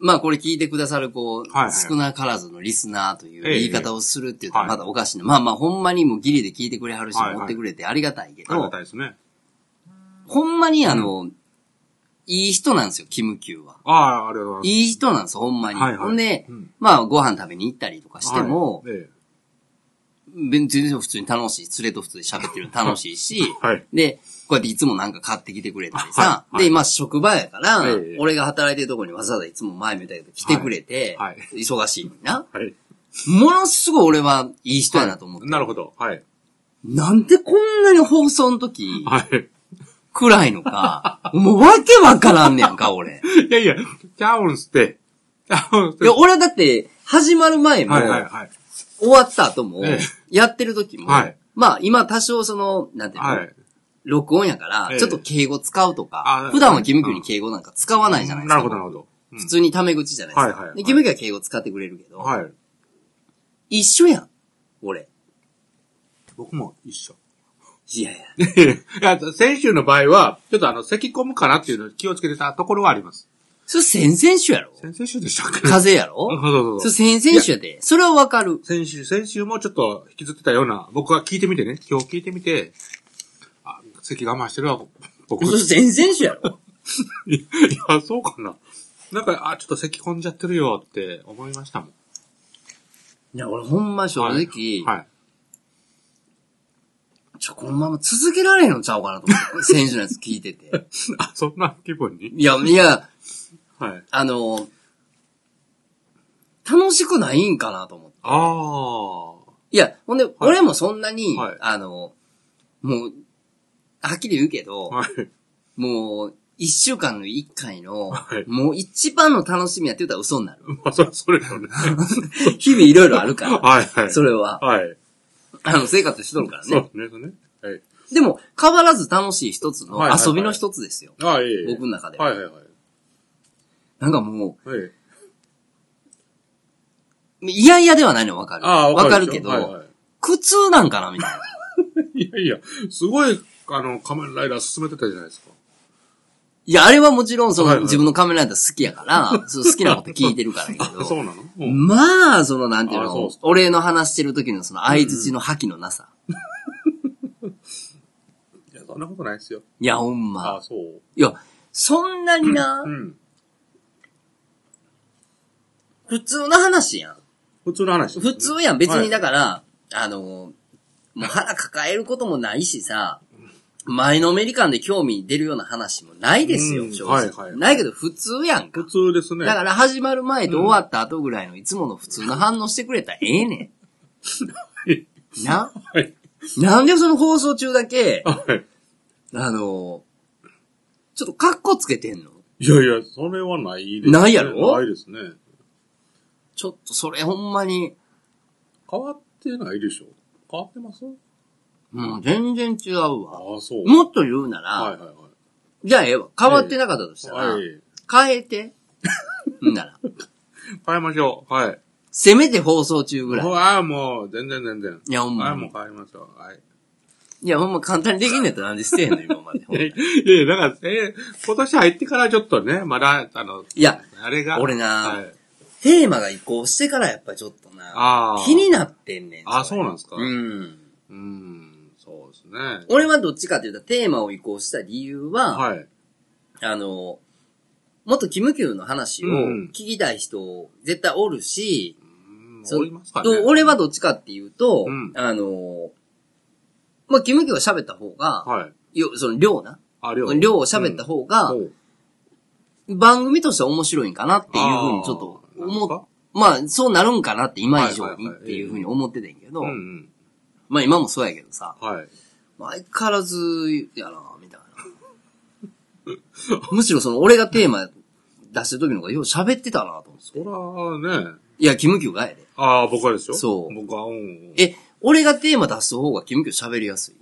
Speaker 1: まあこれ聞いてくださる、こう、
Speaker 2: はいはい
Speaker 1: 少なからずのリスナーという
Speaker 2: ええ
Speaker 1: 言い方をするって言ったら
Speaker 2: は
Speaker 1: ま
Speaker 2: い
Speaker 1: だおかしいな。まあまあほんまにもうギリで聞いてくれはるし、
Speaker 2: はいはい
Speaker 1: 持ってくれてありがたいけ
Speaker 2: ありが
Speaker 1: ど
Speaker 2: た、いですね。
Speaker 1: ほんまにあの、いい人なんですよ、キムキューは。
Speaker 2: ああ、ありがとうござい
Speaker 1: いい人なんですよ、ほんまに。
Speaker 2: はいはい
Speaker 1: ほんで、
Speaker 2: うん
Speaker 1: まあご飯食べに行ったりとか
Speaker 2: ます。
Speaker 1: しても、
Speaker 2: はい、え
Speaker 1: 全然普通に楽しい、連れと普通に喋ってるの楽しいし、
Speaker 2: えはい。
Speaker 1: で、こうやっていつもなんか買ってきてくれたりさ、
Speaker 2: はいはい
Speaker 1: で、今職場やから、
Speaker 2: ええ
Speaker 1: 俺が働いてるとこにわざわざいつも前みたいけど来てくれて、
Speaker 2: はいは
Speaker 1: 忙しいのにな。
Speaker 2: はい。
Speaker 1: ものすごい俺はいい人やなと思って。
Speaker 2: なるほど。はい。
Speaker 1: なんでこんなに放送の時、
Speaker 2: はい。
Speaker 1: 暗いのか、もうわけわからんねやんか、 俺。
Speaker 2: いやいや、ちゃうんすって。ちゃうんすっ
Speaker 1: い
Speaker 2: て。
Speaker 1: や、俺だって、始まる前も、
Speaker 2: はいはいはい。
Speaker 1: 終わった後も
Speaker 2: ええ、
Speaker 1: やってる時も、
Speaker 2: はい
Speaker 1: まあ今多少その、なんていうの、
Speaker 2: はい。
Speaker 1: 録音やから
Speaker 2: え、え
Speaker 1: ちょっと敬語使うとか、
Speaker 2: あ
Speaker 1: 普段はキムキュに敬語なんか使わないじゃないですか。
Speaker 2: なるほど、なるほど。うん
Speaker 1: 普通にタメ口じゃないですか。
Speaker 2: はいはいはい
Speaker 1: で、キムキュは敬語使ってくれるけど、
Speaker 2: はい。
Speaker 1: 一緒やん、俺。
Speaker 2: 僕も一緒。
Speaker 1: いやいや。
Speaker 2: いや、先週の場合は、ちょっとあの、咳込むかなっていうのを気をつけてたところはあります。
Speaker 1: それ先々週や ろ
Speaker 2: 先々週でしたっけ
Speaker 1: 風邪や
Speaker 2: そう
Speaker 1: ろ
Speaker 2: そうそう
Speaker 1: それ先々週やで。それはわかる。
Speaker 2: 先週、先週もちょっと引きずってたような、僕は聞いてみてね、今日聞いてみて、あ、席我慢してるわ、僕。
Speaker 1: そ
Speaker 2: い
Speaker 1: れ先々週やろ
Speaker 2: や、そうかな。なんか、あ、ちょっと咳込んじゃってるよって思いましたもん。
Speaker 1: いや、俺ほんま正直、
Speaker 2: はい。
Speaker 1: ちょ、このまま続けられへんのちゃうかなと思って、 先週のやつ聞いてて。
Speaker 2: あ、そんな気分に
Speaker 1: いや、いや、
Speaker 2: はい。
Speaker 1: あの、楽しくないんかなと思って。
Speaker 2: ああ。
Speaker 1: いや、ほんで、俺もそんなに、
Speaker 2: はい
Speaker 1: あの、もう、はっきり言うけど、
Speaker 2: はい。
Speaker 1: もう、一週間の一回の、
Speaker 2: はい
Speaker 1: もう一番の楽しみやって言ったら嘘にな る。
Speaker 2: まあ、それ、それ よね。
Speaker 1: 日々いろいろあるか
Speaker 2: はい、は
Speaker 1: ら、
Speaker 2: い。
Speaker 1: それは、
Speaker 2: はい。
Speaker 1: あの、生活しとるから
Speaker 2: そう
Speaker 1: ね。
Speaker 2: ですね、そうね。はい。
Speaker 1: でも、変わらず楽しい一つの
Speaker 2: はいはいはい
Speaker 1: 遊びの一つですよ。
Speaker 2: ああ、いい。
Speaker 1: 僕の中では。
Speaker 2: はい、はい、はい。
Speaker 1: なんかも
Speaker 2: はい。
Speaker 1: う、いやいやではないの分かる。
Speaker 2: ああ、
Speaker 1: 分かる
Speaker 2: で
Speaker 1: け
Speaker 2: しょ
Speaker 1: ど、
Speaker 2: はいはい
Speaker 1: 苦痛なんかなみたいな。
Speaker 2: いやいや、すごい、あの、仮面ライダー進めてたじゃないですか。
Speaker 1: いや、あれはもちろん、そ
Speaker 2: はい
Speaker 1: の、
Speaker 2: はい
Speaker 1: 自分の仮面ライダー好きやから、そう好きなこと聞いてるからやけ
Speaker 2: あ そう
Speaker 1: ど。
Speaker 2: なの、うん
Speaker 1: まあ、その、なんていう
Speaker 2: あそう
Speaker 1: の
Speaker 2: っす、
Speaker 1: お礼の話してる時のその、相槌の覇気のなさ。
Speaker 2: いや、そんなことないですよ。
Speaker 1: いや、ほん
Speaker 2: あ
Speaker 1: ま。
Speaker 2: そう。
Speaker 1: いや、そんなにな
Speaker 2: う、ん。
Speaker 1: 普通の話やん。
Speaker 2: 普通の話ですね、
Speaker 1: 普通やん。別にだ
Speaker 2: か
Speaker 1: から、あの、もう腹抱えることもないしさ、前のめり感で興味出るような話もないです
Speaker 2: う
Speaker 1: よ、
Speaker 2: ん
Speaker 1: 正
Speaker 2: はいは
Speaker 1: 直。
Speaker 2: い
Speaker 1: ないけど普通やんか
Speaker 2: 普。通ですね。
Speaker 1: だから始まる前と終わった後ぐらいのいつもの普通の反応してくれたらええね ん。な
Speaker 2: はい。
Speaker 1: なんでその放送中だけ、
Speaker 2: はい。
Speaker 1: あの、ちょっとカッコつけてんの
Speaker 2: いやいや、それはないです、ね。
Speaker 1: ないやろ
Speaker 2: ないですね。
Speaker 1: ちょっとそれほんまに、
Speaker 2: 変わってないでしょ変わってます
Speaker 1: うん、全然違う
Speaker 2: あ
Speaker 1: わ。
Speaker 2: あ、そう。
Speaker 1: もっと言うなら、
Speaker 2: はいはいは
Speaker 1: じゃあええわ。変わってなかったとしたら、
Speaker 2: い。はい。
Speaker 1: 変え て。んなら。
Speaker 2: 変えましょう。はい。
Speaker 1: せめて放送中ぐらい。
Speaker 2: ああ、もう、全然全然。
Speaker 1: いや、ほん
Speaker 2: は
Speaker 1: ま
Speaker 2: い、
Speaker 1: に
Speaker 2: もう。変わりましょう。はい。
Speaker 1: いや、ほんま簡単にできんねやったらなんでしてんの、今ま で。ほんまに
Speaker 2: いやいや、だから、えー今年入ってからちょっとね、まだ、あの、
Speaker 1: いや、
Speaker 2: あれが。
Speaker 1: 俺な
Speaker 2: はい、
Speaker 1: テーマが移行してからやっぱちょっとな、
Speaker 2: ああ。
Speaker 1: 気になってんねん。
Speaker 2: あ、そうなんですか。
Speaker 1: う。
Speaker 2: うんーん、そうですね。
Speaker 1: 俺はどっちかっていうと、テーマを移行した理由は、
Speaker 2: はい。
Speaker 1: あの、もっとキムキューの話を
Speaker 2: うん
Speaker 1: 聞きたい人絶対おるし、
Speaker 2: うん
Speaker 1: そう
Speaker 2: おりますかね。
Speaker 1: と俺はどっちかっていうと、
Speaker 2: うん
Speaker 1: あの、まあ、キムキューは喋った方が、
Speaker 2: はい。
Speaker 1: よその量な。
Speaker 2: あ、量。
Speaker 1: 量を喋った方が、
Speaker 2: うんほう
Speaker 1: 番組としては面白いんかなっていうふうにちょっと
Speaker 2: あーなん
Speaker 1: 思っ
Speaker 2: か
Speaker 1: まあ、そうなるんかなって今以上
Speaker 2: はいはい
Speaker 1: にっ
Speaker 2: はい
Speaker 1: ていうふうに思ってたんやけど、
Speaker 2: うんうん。
Speaker 1: まあ今もそうやけどさ、
Speaker 2: はい。
Speaker 1: まあ相変わらずやなみたいな。むしろその俺がテーマ出してる時の方がよう喋ってたなと思って。
Speaker 2: そらね、
Speaker 1: いや、キムキューがやで。
Speaker 2: ああ、僕はですよ。
Speaker 1: そう
Speaker 2: 僕は、うん。
Speaker 1: え、俺がテーマ出す方がキムキュー喋りやすい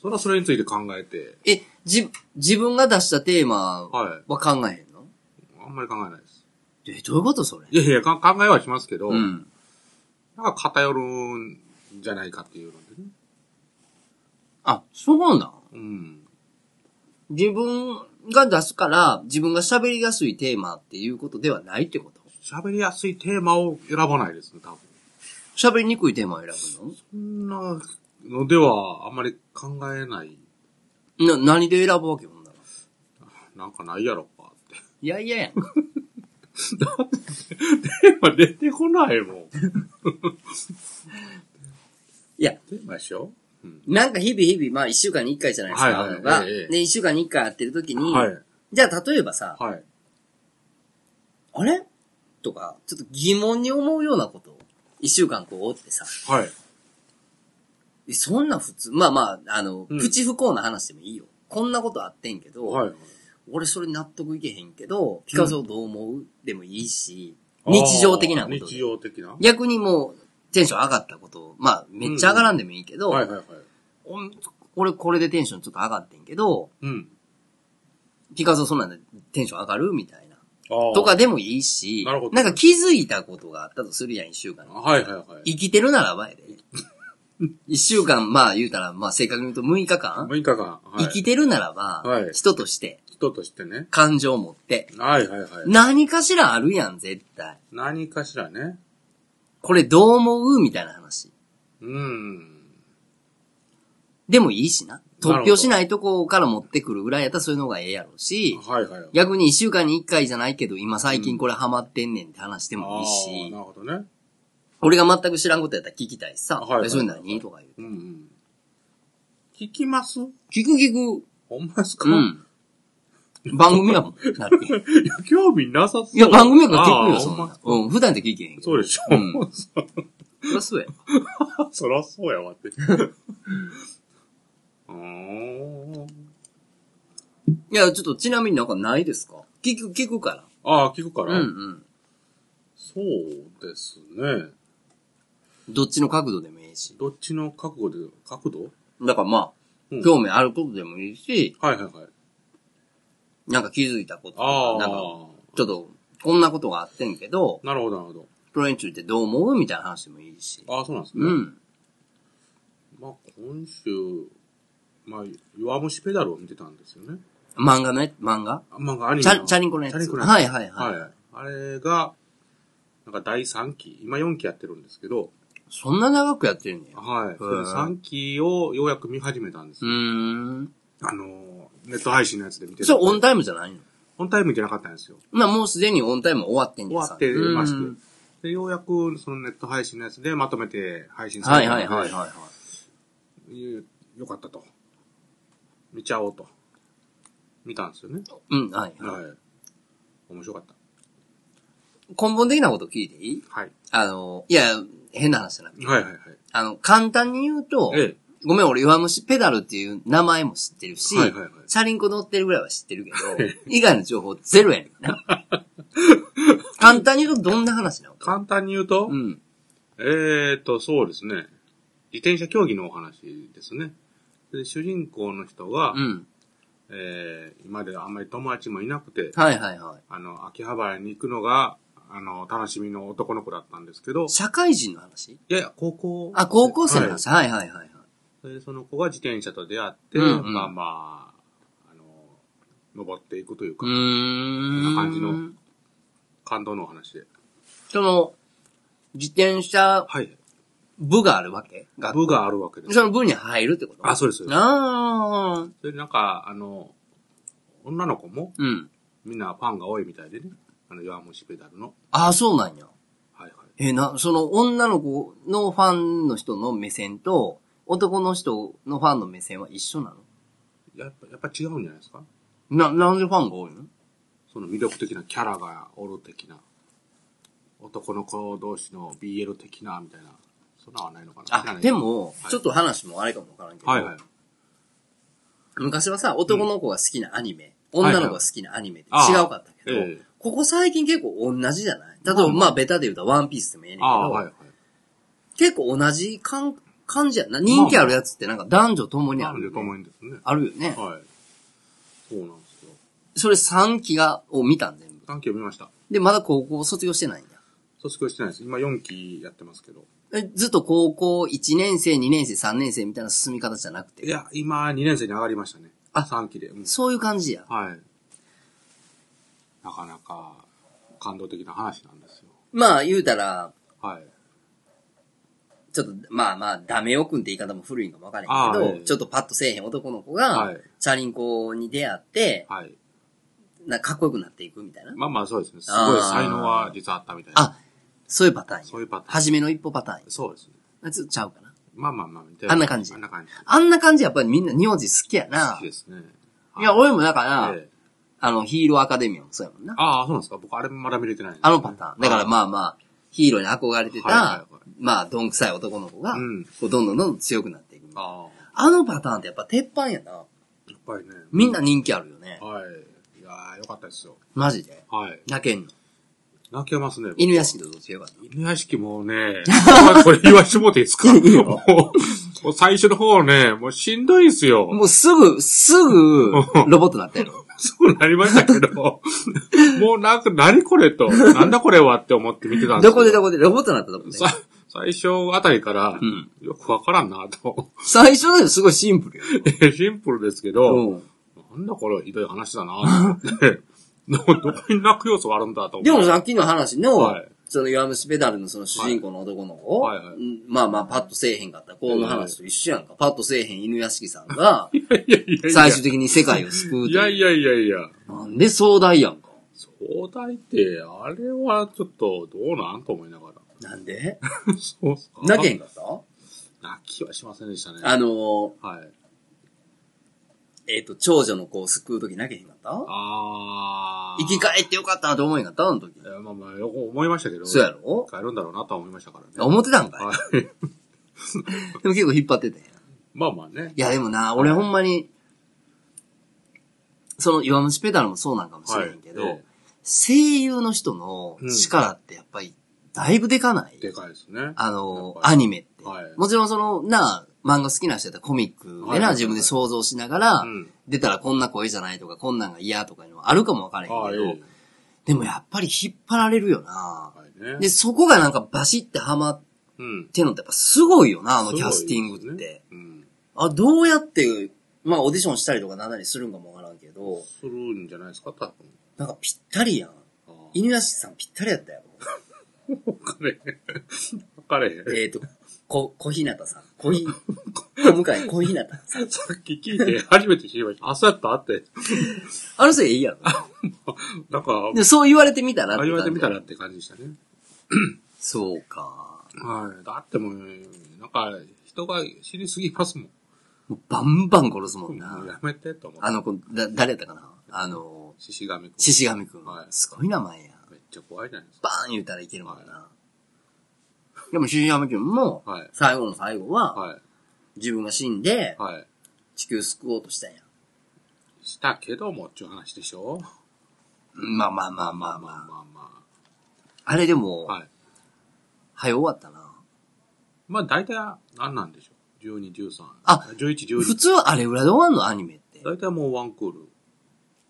Speaker 2: そらそれについて考えて、
Speaker 1: え、じ、自分が出したテーマは
Speaker 2: はい。
Speaker 1: 考えへんの
Speaker 2: あんまり考えないです。
Speaker 1: え、どういうことそれ
Speaker 2: いやいや、か考えはしますけど、
Speaker 1: うん。
Speaker 2: なんか偏るんじゃないかっていうのでね。
Speaker 1: あ、そうなんだ。
Speaker 2: うん。
Speaker 1: 自分が出すから、自分が喋りやすいテーマっていうことではないってこと
Speaker 2: 喋りやすいテーマを選ばないですね、多分。
Speaker 1: 喋りにくいテーマを選
Speaker 2: そんなのでは、あんまり考えない。
Speaker 1: ぶのな、何で選ぶわけほんなら。
Speaker 2: なんかないやろかって。
Speaker 1: いやいややん。
Speaker 2: テーマ出てこないもん。
Speaker 1: いや、
Speaker 2: テーマでしょうん。
Speaker 1: なんか日々日々、まあ一週間に一回じゃないですか、
Speaker 2: はいはい
Speaker 1: 会うのが。
Speaker 2: ええ
Speaker 1: で、一週間に一回会ってる時に、
Speaker 2: はい。
Speaker 1: じゃあ例えばさ、
Speaker 2: はい。
Speaker 1: あれとか、ちょっと疑問に思うようなことを、一週間こうおってさ、
Speaker 2: はい。
Speaker 1: えそんな普通、まあまあ、あの、
Speaker 2: うん
Speaker 1: プチ不幸な話でもいいよ。こんなことあってんけど、
Speaker 2: はい。
Speaker 1: 俺それ納得いけへんけど、ピカソどう思う、でもいいし、
Speaker 2: あー
Speaker 1: 日常的なこと
Speaker 2: 日常的な
Speaker 1: 逆にもう、テンション上がったこと、まあ、めっちゃ上がらんでもいいけど、
Speaker 2: はいはいはい。
Speaker 1: お俺これでテンションちょっと上がってんけど、
Speaker 2: うん。
Speaker 1: ピカソそんなんでテンション上がるみたいな。
Speaker 2: ああ。
Speaker 1: とかでもいいし、
Speaker 2: なるほど
Speaker 1: んか気づいたことがあったとするやん、一週間。
Speaker 2: はいはいはい。
Speaker 1: 生きてるならばやで。 一週間、まあ言うたら、まあ正確に言うと6日間、
Speaker 2: 6日間、はい、
Speaker 1: 生きてるならば、
Speaker 2: はい
Speaker 1: 人として、
Speaker 2: 人としてね。
Speaker 1: 感情を持って、
Speaker 2: はいはいはい。
Speaker 1: 何かしらあるやん、絶対。
Speaker 2: 何かしらね。
Speaker 1: これどう思うみたいな話。
Speaker 2: うん。
Speaker 1: でもいいしな。
Speaker 2: ほど
Speaker 1: 突拍しないとこから持ってくるぐらいやったらそういうのがええやろうし、
Speaker 2: はいはいはい。
Speaker 1: 逆に一週間に一回じゃないけど、今最近これハマってんねんって話してもいい
Speaker 2: あー
Speaker 1: し、
Speaker 2: なるほどね。
Speaker 1: 俺が全く知らんことやったら聞きたいしさ、
Speaker 2: はいはい
Speaker 1: えそういうの何とか言う。
Speaker 2: うんうん。聞きます
Speaker 1: 聞く聞く。
Speaker 2: ほんまですか、
Speaker 1: うん。番組やもん。だって
Speaker 2: いや興味なさそう。
Speaker 1: いや、番組やから聞く
Speaker 2: あー
Speaker 1: よ、そん
Speaker 2: ほん
Speaker 1: な
Speaker 2: ま。
Speaker 1: うん、普段って聞けへんけど。
Speaker 2: そうでしょ。
Speaker 1: うんそりゃそうや。
Speaker 2: そらそうやわって。 うーん
Speaker 1: いや、ちょっとちなみになんかないですか聞く、聞くか。
Speaker 2: ああ、聞くからら、
Speaker 1: うんうん。
Speaker 2: そうですね。
Speaker 1: どっちの角度でもいいし。
Speaker 2: どっちの覚悟で、角度
Speaker 1: だからま
Speaker 2: う
Speaker 1: あ、
Speaker 2: ん
Speaker 1: 興味あることでもいいし、
Speaker 2: はいはいはい。
Speaker 1: なんか気づいたことと
Speaker 2: あ
Speaker 1: か
Speaker 2: あ。、
Speaker 1: なんか、ちょっと、こんなことがあってんけど、
Speaker 2: なるほどなるほど。
Speaker 1: プロについてどう思うみたいな話でもいいし。
Speaker 2: ああ、そうなんですね。
Speaker 1: うん。
Speaker 2: まあ、今週、まあ、弱虫ペダルを見てたんですよね。
Speaker 1: 漫画ね、漫画
Speaker 2: あ漫画アニメ
Speaker 1: チャ
Speaker 2: の。
Speaker 1: リチャリンコのや
Speaker 2: チャリ
Speaker 1: つ。
Speaker 2: ンコの
Speaker 1: はいはい
Speaker 2: は
Speaker 1: はい。
Speaker 2: い。あれが、なんか第3期、今4期やってるんですけど、
Speaker 1: そんな長くやってるんだよ。
Speaker 2: はい。
Speaker 1: へー
Speaker 2: 3期をようやく見始めたんです
Speaker 1: う
Speaker 2: よ。
Speaker 1: ーん。
Speaker 2: あのー、ネット配信のやつで見て
Speaker 1: それオン
Speaker 2: オ
Speaker 1: タイムじゃないの
Speaker 2: ンタイムじゃなかったんですよ。
Speaker 1: な、もうすでにオンタイム終わってん
Speaker 2: 終
Speaker 1: じゃん
Speaker 2: わってま
Speaker 1: う
Speaker 2: して
Speaker 1: ん。
Speaker 2: で、ようやくそのネット配信のやつでまとめて配信さ
Speaker 1: は
Speaker 2: れ
Speaker 1: い
Speaker 2: たの
Speaker 1: はい
Speaker 2: で
Speaker 1: はいはいはい。
Speaker 2: よよかったと。見ちゃおうと。見たんですよね。
Speaker 1: うん、はい。
Speaker 2: はい。面白かった。
Speaker 1: 根本的なこと聞いていい
Speaker 2: はい。
Speaker 1: あの、いや、変な話じゃなくて。
Speaker 2: はいはいはい。
Speaker 1: あの、簡単に言うと、
Speaker 2: え
Speaker 1: ごめん、俺、弱虫ペダルっていう名前も知ってるし、
Speaker 2: はいはいはい
Speaker 1: チャリンコ乗ってるぐらいは知って るけど、以外の情報ゼロやねんな。簡単に言うとどんな話なの
Speaker 2: 簡単に言うと、
Speaker 1: うん。
Speaker 2: えーと、そうですね。自転車競技のお話ですね。で主人公の人が、
Speaker 1: うん。
Speaker 2: えー今まであんまり友達もいなくて、
Speaker 1: はいはいはい。
Speaker 2: あの、秋葉原に行くのが、あの、楽しみの男の子だったんですけど、
Speaker 1: 社会人の話
Speaker 2: いやいや、高校。
Speaker 1: あ、高校生の話。はいはいはいはい。
Speaker 2: それでその子が自転車と出会って、
Speaker 1: うんうん
Speaker 2: まあまあ、あの、登っていくという
Speaker 1: う
Speaker 2: か、
Speaker 1: ー
Speaker 2: こ
Speaker 1: ん。
Speaker 2: んな感じの感動のお話で。
Speaker 1: その、自転車
Speaker 2: はい。
Speaker 1: 部があるわけ学
Speaker 2: 部があるわけです
Speaker 1: そ。の部に入るってこと
Speaker 2: あ、そうです。
Speaker 1: ああ。
Speaker 2: それでなんか、あの、女の子も
Speaker 1: うん。
Speaker 2: みんなファンが多いみたいでね。あの、弱虫ペダルの。
Speaker 1: ああ、そうなんや。
Speaker 2: はいはい。
Speaker 1: え、な、その女の子のファンの人の目線と、男の人のファンの目線は一緒なの
Speaker 2: やっぱ、やっぱ違うんじゃないですか
Speaker 1: な、なんでファンが多いの
Speaker 2: その魅力的なキャラがおる的な。男の子同士の BL 的な、みたいな。そんなんはないのかな知ら
Speaker 1: あ
Speaker 2: な、い
Speaker 1: でも、
Speaker 2: はい
Speaker 1: ちょっと話もあれかもわからんけど、
Speaker 2: はいはい。
Speaker 1: 昔はさ、男の子が好きなアニメ、
Speaker 2: ん
Speaker 1: 女の子が好きなアニメって
Speaker 2: はい
Speaker 1: 違
Speaker 2: はいう
Speaker 1: かったけど、
Speaker 2: ええ
Speaker 1: ここ最近結構同じじゃない例えば、まあ、ベタで言うとワンピースでもええねんけど、
Speaker 2: ああー、はいはい。
Speaker 1: 結構同じ感感じやな。人気あるやつってなんか男女共にあ
Speaker 2: なん
Speaker 1: る
Speaker 2: で
Speaker 1: よ
Speaker 2: と思
Speaker 1: ね、
Speaker 2: うんですね。
Speaker 1: あるよね。
Speaker 2: はい。そうなんですよ。
Speaker 1: それ3期が、を見たん全部。
Speaker 2: 3期を見ました。
Speaker 1: で、まだ高校卒業してないんだ。
Speaker 2: 卒業してないです。今4期やってますけど。
Speaker 1: えずっと高校1年生、2年生、3年生みたいな進み方じゃなく
Speaker 2: い
Speaker 1: て。
Speaker 2: や、今2年生に上がりましたね。
Speaker 1: あ
Speaker 2: 3期で。うん
Speaker 1: そういう感じや。
Speaker 2: はい。なかなか感動的な話なんですよ。
Speaker 1: まあ言うたら、
Speaker 2: はい。
Speaker 1: ちょっと、まあまあ、ダメオ君って言い方も古いんかもわから
Speaker 2: あ
Speaker 1: へんけ
Speaker 2: あ
Speaker 1: ど、
Speaker 2: ええ
Speaker 1: ちょっとパッとせえへん男の子
Speaker 2: は
Speaker 1: が
Speaker 2: い、
Speaker 1: チャリンコに出会って、
Speaker 2: はい。
Speaker 1: なんかかっこよくなっていくみたいな。
Speaker 2: まあまあそうですね。すごい才能は実はあったみたいな。
Speaker 1: あ、そういうパターンや。
Speaker 2: そういうパターン
Speaker 1: 初めの一歩パターンや
Speaker 2: そうですね。
Speaker 1: あ。ちょっとちゃうかな。
Speaker 2: まあまあまあ、みたい
Speaker 1: あんな感じ
Speaker 2: あんな感じ。
Speaker 1: あんな感じやっぱりみんな名字好きやな
Speaker 2: 好き。ですね。
Speaker 1: いや、俺もだから、
Speaker 2: ええ
Speaker 1: あの、ヒーローアカデミアもそうやもんな。
Speaker 2: ああ、そうなんですか。僕あれまだ見れてないんです
Speaker 1: あ
Speaker 2: よね、
Speaker 1: のパターン。だからまあまあ、ヒーローに憧れてた、
Speaker 2: はいはいはい
Speaker 1: まあ、どんくさい男の子が、
Speaker 2: うん
Speaker 1: こうどんどんどんどん強くなっていく。
Speaker 2: あ。ああ。
Speaker 1: あのパターンってやっぱ鉄板やな。
Speaker 2: やっぱりね。
Speaker 1: みんな人気あるよね。
Speaker 2: はい。いやーよかったですよ。
Speaker 1: マジで。
Speaker 2: はい。
Speaker 1: 泣けんの。
Speaker 2: 泣けますね。僕
Speaker 1: 犬屋敷とどっちがよかった
Speaker 2: 犬屋敷もね、 まあこれ言わしてもうていいで すかもう、もう最初の方ね、もうしんどいんすよ。
Speaker 1: もうすぐ、す ぐ、ロボットだったやろ。
Speaker 2: そうなりました けど、もうなんか、何これと、なんだこれはって思って見てたんです
Speaker 1: どこ
Speaker 2: け
Speaker 1: でどこで、ロボットになったとこで。
Speaker 2: さ最初あたりから
Speaker 1: ん、
Speaker 2: よくわからんなと。
Speaker 1: 最初だよ、すごいシンプルよ。
Speaker 2: シンプルですけど、
Speaker 1: うん
Speaker 2: なんだこれ、ひどい話だなと思 って、どどこに泣く要素があるんだと思って。
Speaker 1: でもさっきの話の、
Speaker 2: はい
Speaker 1: その弱虫ペダルのその主人公の男の子、
Speaker 2: はいはいはい
Speaker 1: うんまあまあパッとせえへんかった子の話と一緒やんか。パッとせえへん犬屋敷さんが、
Speaker 2: いやいやいや
Speaker 1: 最終的に世界を救うと
Speaker 2: いやいやいやいや。
Speaker 1: なんで壮大やんか。
Speaker 2: 壮大って、あれはちょっとどうなんと思いながら。
Speaker 1: なんで
Speaker 2: そうっすか
Speaker 1: 泣けへんかった
Speaker 2: 泣きはしませんでしたね。
Speaker 1: あの
Speaker 2: はい。
Speaker 1: ー、えっ、と、長女の子を救うとき泣けへんかった
Speaker 2: あー。
Speaker 1: 生き返ってよかったなと思えへんかったあの時
Speaker 2: え。ーまあまあ、よく思いましたけど。
Speaker 1: そうやろ
Speaker 2: 帰るんだろうなとは思いましたからね。
Speaker 1: 思ってたんか
Speaker 2: はい。
Speaker 1: いでも結構引っ張ってたんや
Speaker 2: まあまあね
Speaker 1: い。や、でもな、俺ほんまに、その弱虫ペダルもそうなんかもしれへんけど、
Speaker 2: はいえ
Speaker 1: 声優の人の力ってやっぱり、だいぶでかない、
Speaker 2: えでかいですね。
Speaker 1: あの、
Speaker 2: やっぱり
Speaker 1: アニメって。
Speaker 2: はい
Speaker 1: もちろんその、なあ、漫画好きな人やったらコミックでな、
Speaker 2: はいはいはい
Speaker 1: 自分で想像しながら、
Speaker 2: うん
Speaker 1: 出たらこんな声じゃないとか、こんなんが嫌とかいうのはあるかもわからへん
Speaker 2: は
Speaker 1: け
Speaker 2: い。
Speaker 1: ど、
Speaker 2: はい
Speaker 1: でもやっぱり引っ張られるよな、
Speaker 2: はいね。
Speaker 1: で、そこがなんかバシってハマっ
Speaker 2: うん。
Speaker 1: ていうのってやっぱすごいよな、あのキャスティングって。
Speaker 2: うん。
Speaker 1: あ、どうやって、まあオーディションしたりとかなんなりするんかもわからんけど、
Speaker 2: するんじゃないですか、多分。
Speaker 1: なんかぴったりやん。
Speaker 2: ああ
Speaker 1: 犬屋敷さんぴったりやった よ。
Speaker 2: 分かれへん。分かれへん。
Speaker 1: えっと、こ、小日向さん。小ひ、小向かい小日向さん。
Speaker 2: さっき聞いて、初めて知りました。朝やったあって、
Speaker 1: あの人いいやろ。
Speaker 2: なんか、
Speaker 1: で、そう言われてみたら
Speaker 2: 言われてみた
Speaker 1: ら。
Speaker 2: らって感じでしたね。
Speaker 1: そうか。
Speaker 2: はい。だってもう、なんか、人が死にすぎますもん。
Speaker 1: もうバンバン殺すもん
Speaker 2: もうや
Speaker 1: な。
Speaker 2: めてと思って。
Speaker 1: あの子、だ、誰やったかなあの、
Speaker 2: 獅子神くん。
Speaker 1: 獅子神くん
Speaker 2: は。い
Speaker 1: すごい名前や。
Speaker 2: めっちゃ怖いじゃないですか。
Speaker 1: バーン言うたらいけるもんな。でも、獅子神くんも
Speaker 2: はい、
Speaker 1: 最後の最後は、
Speaker 2: はい。
Speaker 1: 自分が死んで、
Speaker 2: はい。
Speaker 1: 地球救おうとしたんや。
Speaker 2: したけどもっていう話でしょ
Speaker 1: まあまあまあまあ
Speaker 2: まあ
Speaker 1: まあ。
Speaker 2: まあま
Speaker 1: あれでも
Speaker 2: あ。、はい。
Speaker 1: 早終わったな。
Speaker 2: まあ大体、何なんでしょう。12、13。
Speaker 1: あ
Speaker 2: 11、
Speaker 1: 普
Speaker 2: 12。
Speaker 1: 通はあれ裏で終わんのアニメって。
Speaker 2: 大体もうワンクール。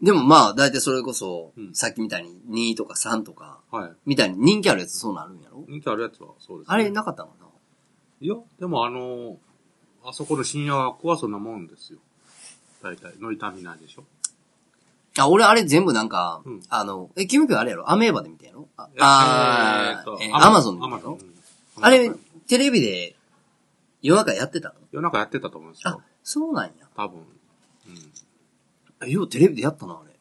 Speaker 1: でもまあ、だいたいそれこそ
Speaker 2: う、ん
Speaker 1: さっきみたいに2とか3とか、
Speaker 2: はい。
Speaker 1: みたいに人気あるやつそうなるんやろ
Speaker 2: 人気あるやつはそうです、
Speaker 1: あれなかったのかない
Speaker 2: や、でもあの、あそこの深夜枠はそんなもんですよ。大体、ノイタミナでしょ
Speaker 1: あ、俺あれ全部なんか
Speaker 2: うん、
Speaker 1: あの、え、キム君あれやろアメーバで見たやろあ
Speaker 2: え
Speaker 1: あ
Speaker 2: ーと
Speaker 1: ー、えアマゾンで
Speaker 2: ア
Speaker 1: 見た
Speaker 2: マ
Speaker 1: や
Speaker 2: ゾン
Speaker 1: ろ。
Speaker 2: うん
Speaker 1: あれ、テレビで夜中やってたの
Speaker 2: 夜中やってたと思うんです
Speaker 1: あ
Speaker 2: よ。、
Speaker 1: そうなんや。
Speaker 2: 多分。うん。
Speaker 1: えようテレビでやったな、あれ。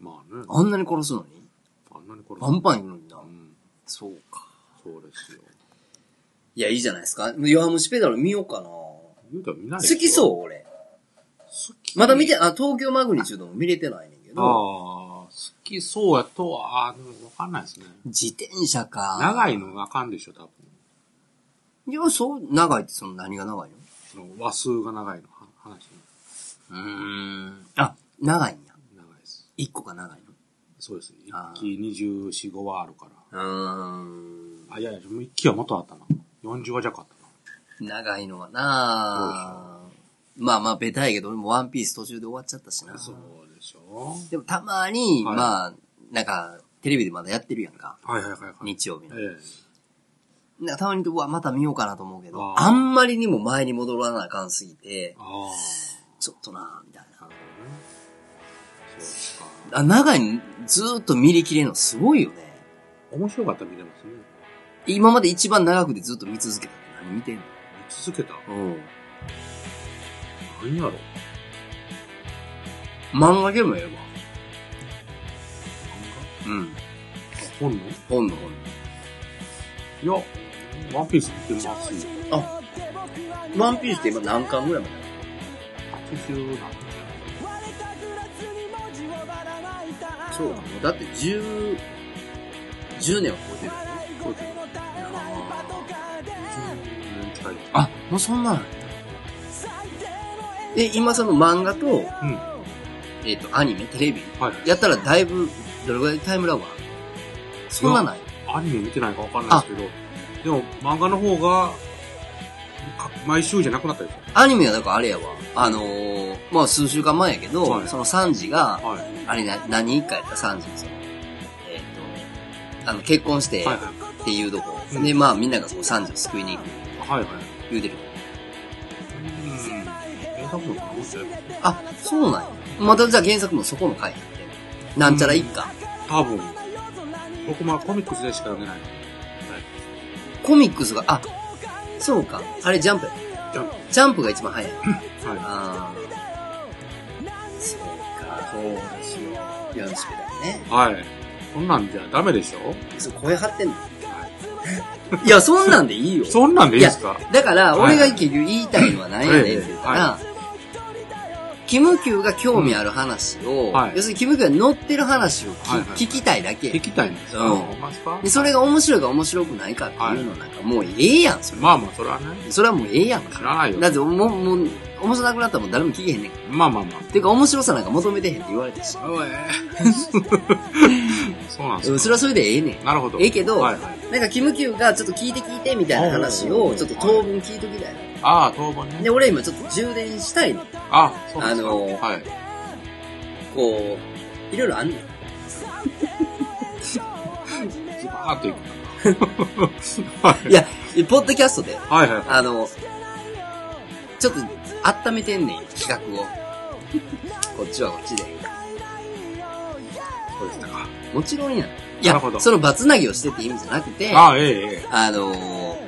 Speaker 2: まあね。
Speaker 1: あんなに殺すのに
Speaker 2: あんなにこれ。
Speaker 1: バンバンいくのにな
Speaker 2: う。ん。
Speaker 1: そうか。
Speaker 2: そうですよ。
Speaker 1: いや、いいじゃないですか。弱虫ペダル見ようかな。好
Speaker 2: 言うたら見ないでしょ
Speaker 1: きそう、俺。
Speaker 2: 好き。
Speaker 1: まだ見て、あ、東京マグニチュードも見れてないねんけ
Speaker 2: ああ、
Speaker 1: ど。
Speaker 2: 好きそうやとは、ああ、でもわかんないですね。
Speaker 1: 自転車か。
Speaker 2: 長いのがあかんでしょ、多分。
Speaker 1: いや、そう、長いってその何が長いの
Speaker 2: その和数が長いのは話。
Speaker 1: うーん。あ、長いんや。
Speaker 2: 長いです。
Speaker 1: 一個が長い
Speaker 2: そうですね。一
Speaker 1: あー
Speaker 2: 期24、5はあるから。
Speaker 1: のうん。
Speaker 2: あ、いやいや、もう一期はもっとあったな。40話弱あったな。
Speaker 1: 長いのはなまあまあ、ベタいけど、俺もワンピース途中で終わっちゃったしな。
Speaker 2: そうでしょ
Speaker 1: でもたまに、
Speaker 2: はい
Speaker 1: まあ、なんか、テレビでまだやってるやんか。
Speaker 2: はいはいはいはい。
Speaker 1: 日曜日の。
Speaker 2: ええ
Speaker 1: なんかたまに、うわ、また見ようかなと思うけど、
Speaker 2: あー
Speaker 1: あんまりにも前に戻らなあかんすぎて、
Speaker 2: あ
Speaker 1: ちょっとなみたいな
Speaker 2: あ、な。るほどね。そうですか。
Speaker 1: あ長いのずーっと見りきれるのすごいよね。
Speaker 2: 面白かったら見れますね。
Speaker 1: 今まで一番長くてずっと見続けたって何見てんの
Speaker 2: 見続けた。
Speaker 1: うん。
Speaker 2: 何やろ
Speaker 1: 漫画ゲームやれば。うん。
Speaker 2: 漫画あ本の
Speaker 1: 本の本
Speaker 2: いや、ワンピース見てますよ。
Speaker 1: あ、ワンピースって今何巻ぐらいまで
Speaker 2: 80なん
Speaker 1: そうだ。だって10、10年は超えてる。
Speaker 2: そうですね10年近い。
Speaker 1: あ、もうそんなんで、今その漫画と、
Speaker 2: うん。
Speaker 1: えっ、と、アニメ、テレビ、
Speaker 2: はい。
Speaker 1: やったらだいぶ、どれぐらいタイムラグあるそんなない
Speaker 2: アニメ見てないかわかんないですけど、でも漫画の方が、か毎週じゃなくなったでし
Speaker 1: アニメはだからあれやわ。あのー、まあ数週間前やけど、
Speaker 2: はい
Speaker 1: そのサンジが、
Speaker 2: ょ。はい。
Speaker 1: あれな、何一回やったサンジその、えっ、と、あの、結婚して、
Speaker 2: はい
Speaker 1: っていうとこ。
Speaker 2: うん
Speaker 1: で、まあみんながそのサンジを救いに行く、
Speaker 2: はい。はいはい。
Speaker 1: 言うてる。
Speaker 2: うん。え、多分、もうちょい
Speaker 1: あ、そうなんや。またじゃあ原作もそこの回やって。なんちゃら一家。
Speaker 2: 多分、僕もコミックスでしか読めない。
Speaker 1: コミックスが、あ、そうか。あれジャンプや。
Speaker 2: ジャンプ。
Speaker 1: ジャンプが一番早い。
Speaker 2: は
Speaker 1: ああ。そうか。そうですよ。よろしくだね。
Speaker 2: い。はい。こんなんじゃダメでしょ
Speaker 1: そう、声張ってんの。いや、そんなんで いいよ。
Speaker 2: そんなんでいいですか
Speaker 1: だから、
Speaker 2: は
Speaker 1: 俺
Speaker 2: い
Speaker 1: が結局言いたいのは何やねんって言ったら
Speaker 2: は、
Speaker 1: キムキューが興味ある話を、
Speaker 2: はい
Speaker 1: 要するにキムキューが乗ってる話をき
Speaker 2: はいはい
Speaker 1: 聞きたいだけ。
Speaker 2: 聞きたいんですか
Speaker 1: うん
Speaker 2: ほんまですか
Speaker 1: で、それが面白いか面白くないかっていうのなんかもうええやん、それ。
Speaker 2: まあまあ、それはね、
Speaker 1: それはもうええやんか
Speaker 2: 知。らないよ。
Speaker 1: だって、もう、もう、面白なくなったらもう誰も聞けへんねん。
Speaker 2: まあまあま
Speaker 1: ていうか、面白さなんか求めてへんって言われたし。
Speaker 2: あ。おい。そうなんです
Speaker 1: うん
Speaker 2: か
Speaker 1: それはそれでええねん。
Speaker 2: なるほど。
Speaker 1: ええけど、
Speaker 2: はいはい。
Speaker 1: なんか、キムキューがちょっと聞いて聞いてみたいな話を、ちょっと当分聞いときたいな。
Speaker 2: ああ、当番ね。
Speaker 1: で、俺今ちょっと充電したいの。
Speaker 2: ああ、そうなんですか。
Speaker 1: あのー
Speaker 2: はい。
Speaker 1: こう、いろいろあんねん。
Speaker 2: ズバーっといくのか。はい
Speaker 1: いや、ポッドキャストで、
Speaker 2: はいはい。
Speaker 1: あの、ちょっと、温めてんねん、企画を。こっちはこっちで。
Speaker 2: そうでしたか。
Speaker 1: もちろんやん。い
Speaker 2: なる
Speaker 1: や
Speaker 2: ほど、
Speaker 1: そのバツナギをしてって意味じゃなくて、あ
Speaker 2: ああ、ええ、ええ。
Speaker 1: のー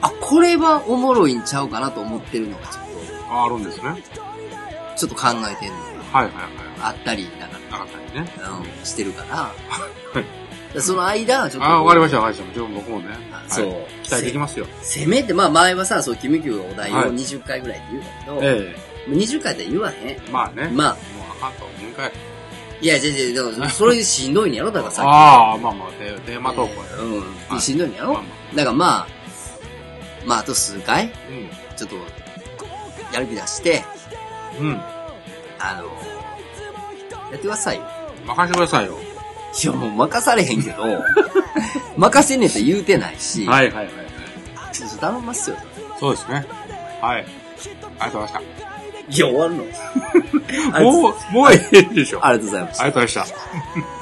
Speaker 1: あ、これはおもろいんちゃうかなと思ってるのがちょっ
Speaker 2: ああ、あるんですね。はい
Speaker 1: と、ちょっと考えてんのが
Speaker 2: はいはい。
Speaker 1: あったり、なかっ
Speaker 2: なかったりね。
Speaker 1: たり、うん、してるから、その間、ちょっと。
Speaker 2: ああ、わかりました、わかりました。自分僕もね。はい
Speaker 1: そう
Speaker 2: 期待できますよ。
Speaker 1: せめて、まあ前はさ、そう、キムキューのお題を
Speaker 2: はい
Speaker 1: 20回ぐらいって言うたけど、
Speaker 2: え
Speaker 1: 20回で言わへん
Speaker 2: え。。まあね。もう
Speaker 1: まあ、
Speaker 2: あかんと思うんかい。
Speaker 1: いや、全然、だからそれしんどいんやろだからさっき。
Speaker 2: ああ、まあまあ、テテーマ投稿や。
Speaker 1: う
Speaker 2: は
Speaker 1: ん。
Speaker 2: い
Speaker 1: しんどいんやろ
Speaker 2: まあま
Speaker 1: だからまあ、まああと数回、
Speaker 2: あ。
Speaker 1: ちょっと、やる気出して、
Speaker 2: うん。うん。
Speaker 1: あの、やってくださいよ。
Speaker 2: 任せてくださいよ。
Speaker 1: いや、もう任されへん けど、任せねえと言うてないし、
Speaker 2: はいはいはいはい。
Speaker 1: ちょっと頼みますよ。
Speaker 2: そうですね。はい。ありがとうござい
Speaker 1: いや、終わるの。
Speaker 2: ました。もう、もうええでしょ。あ
Speaker 1: ありがとうございました。
Speaker 2: りがとうございました。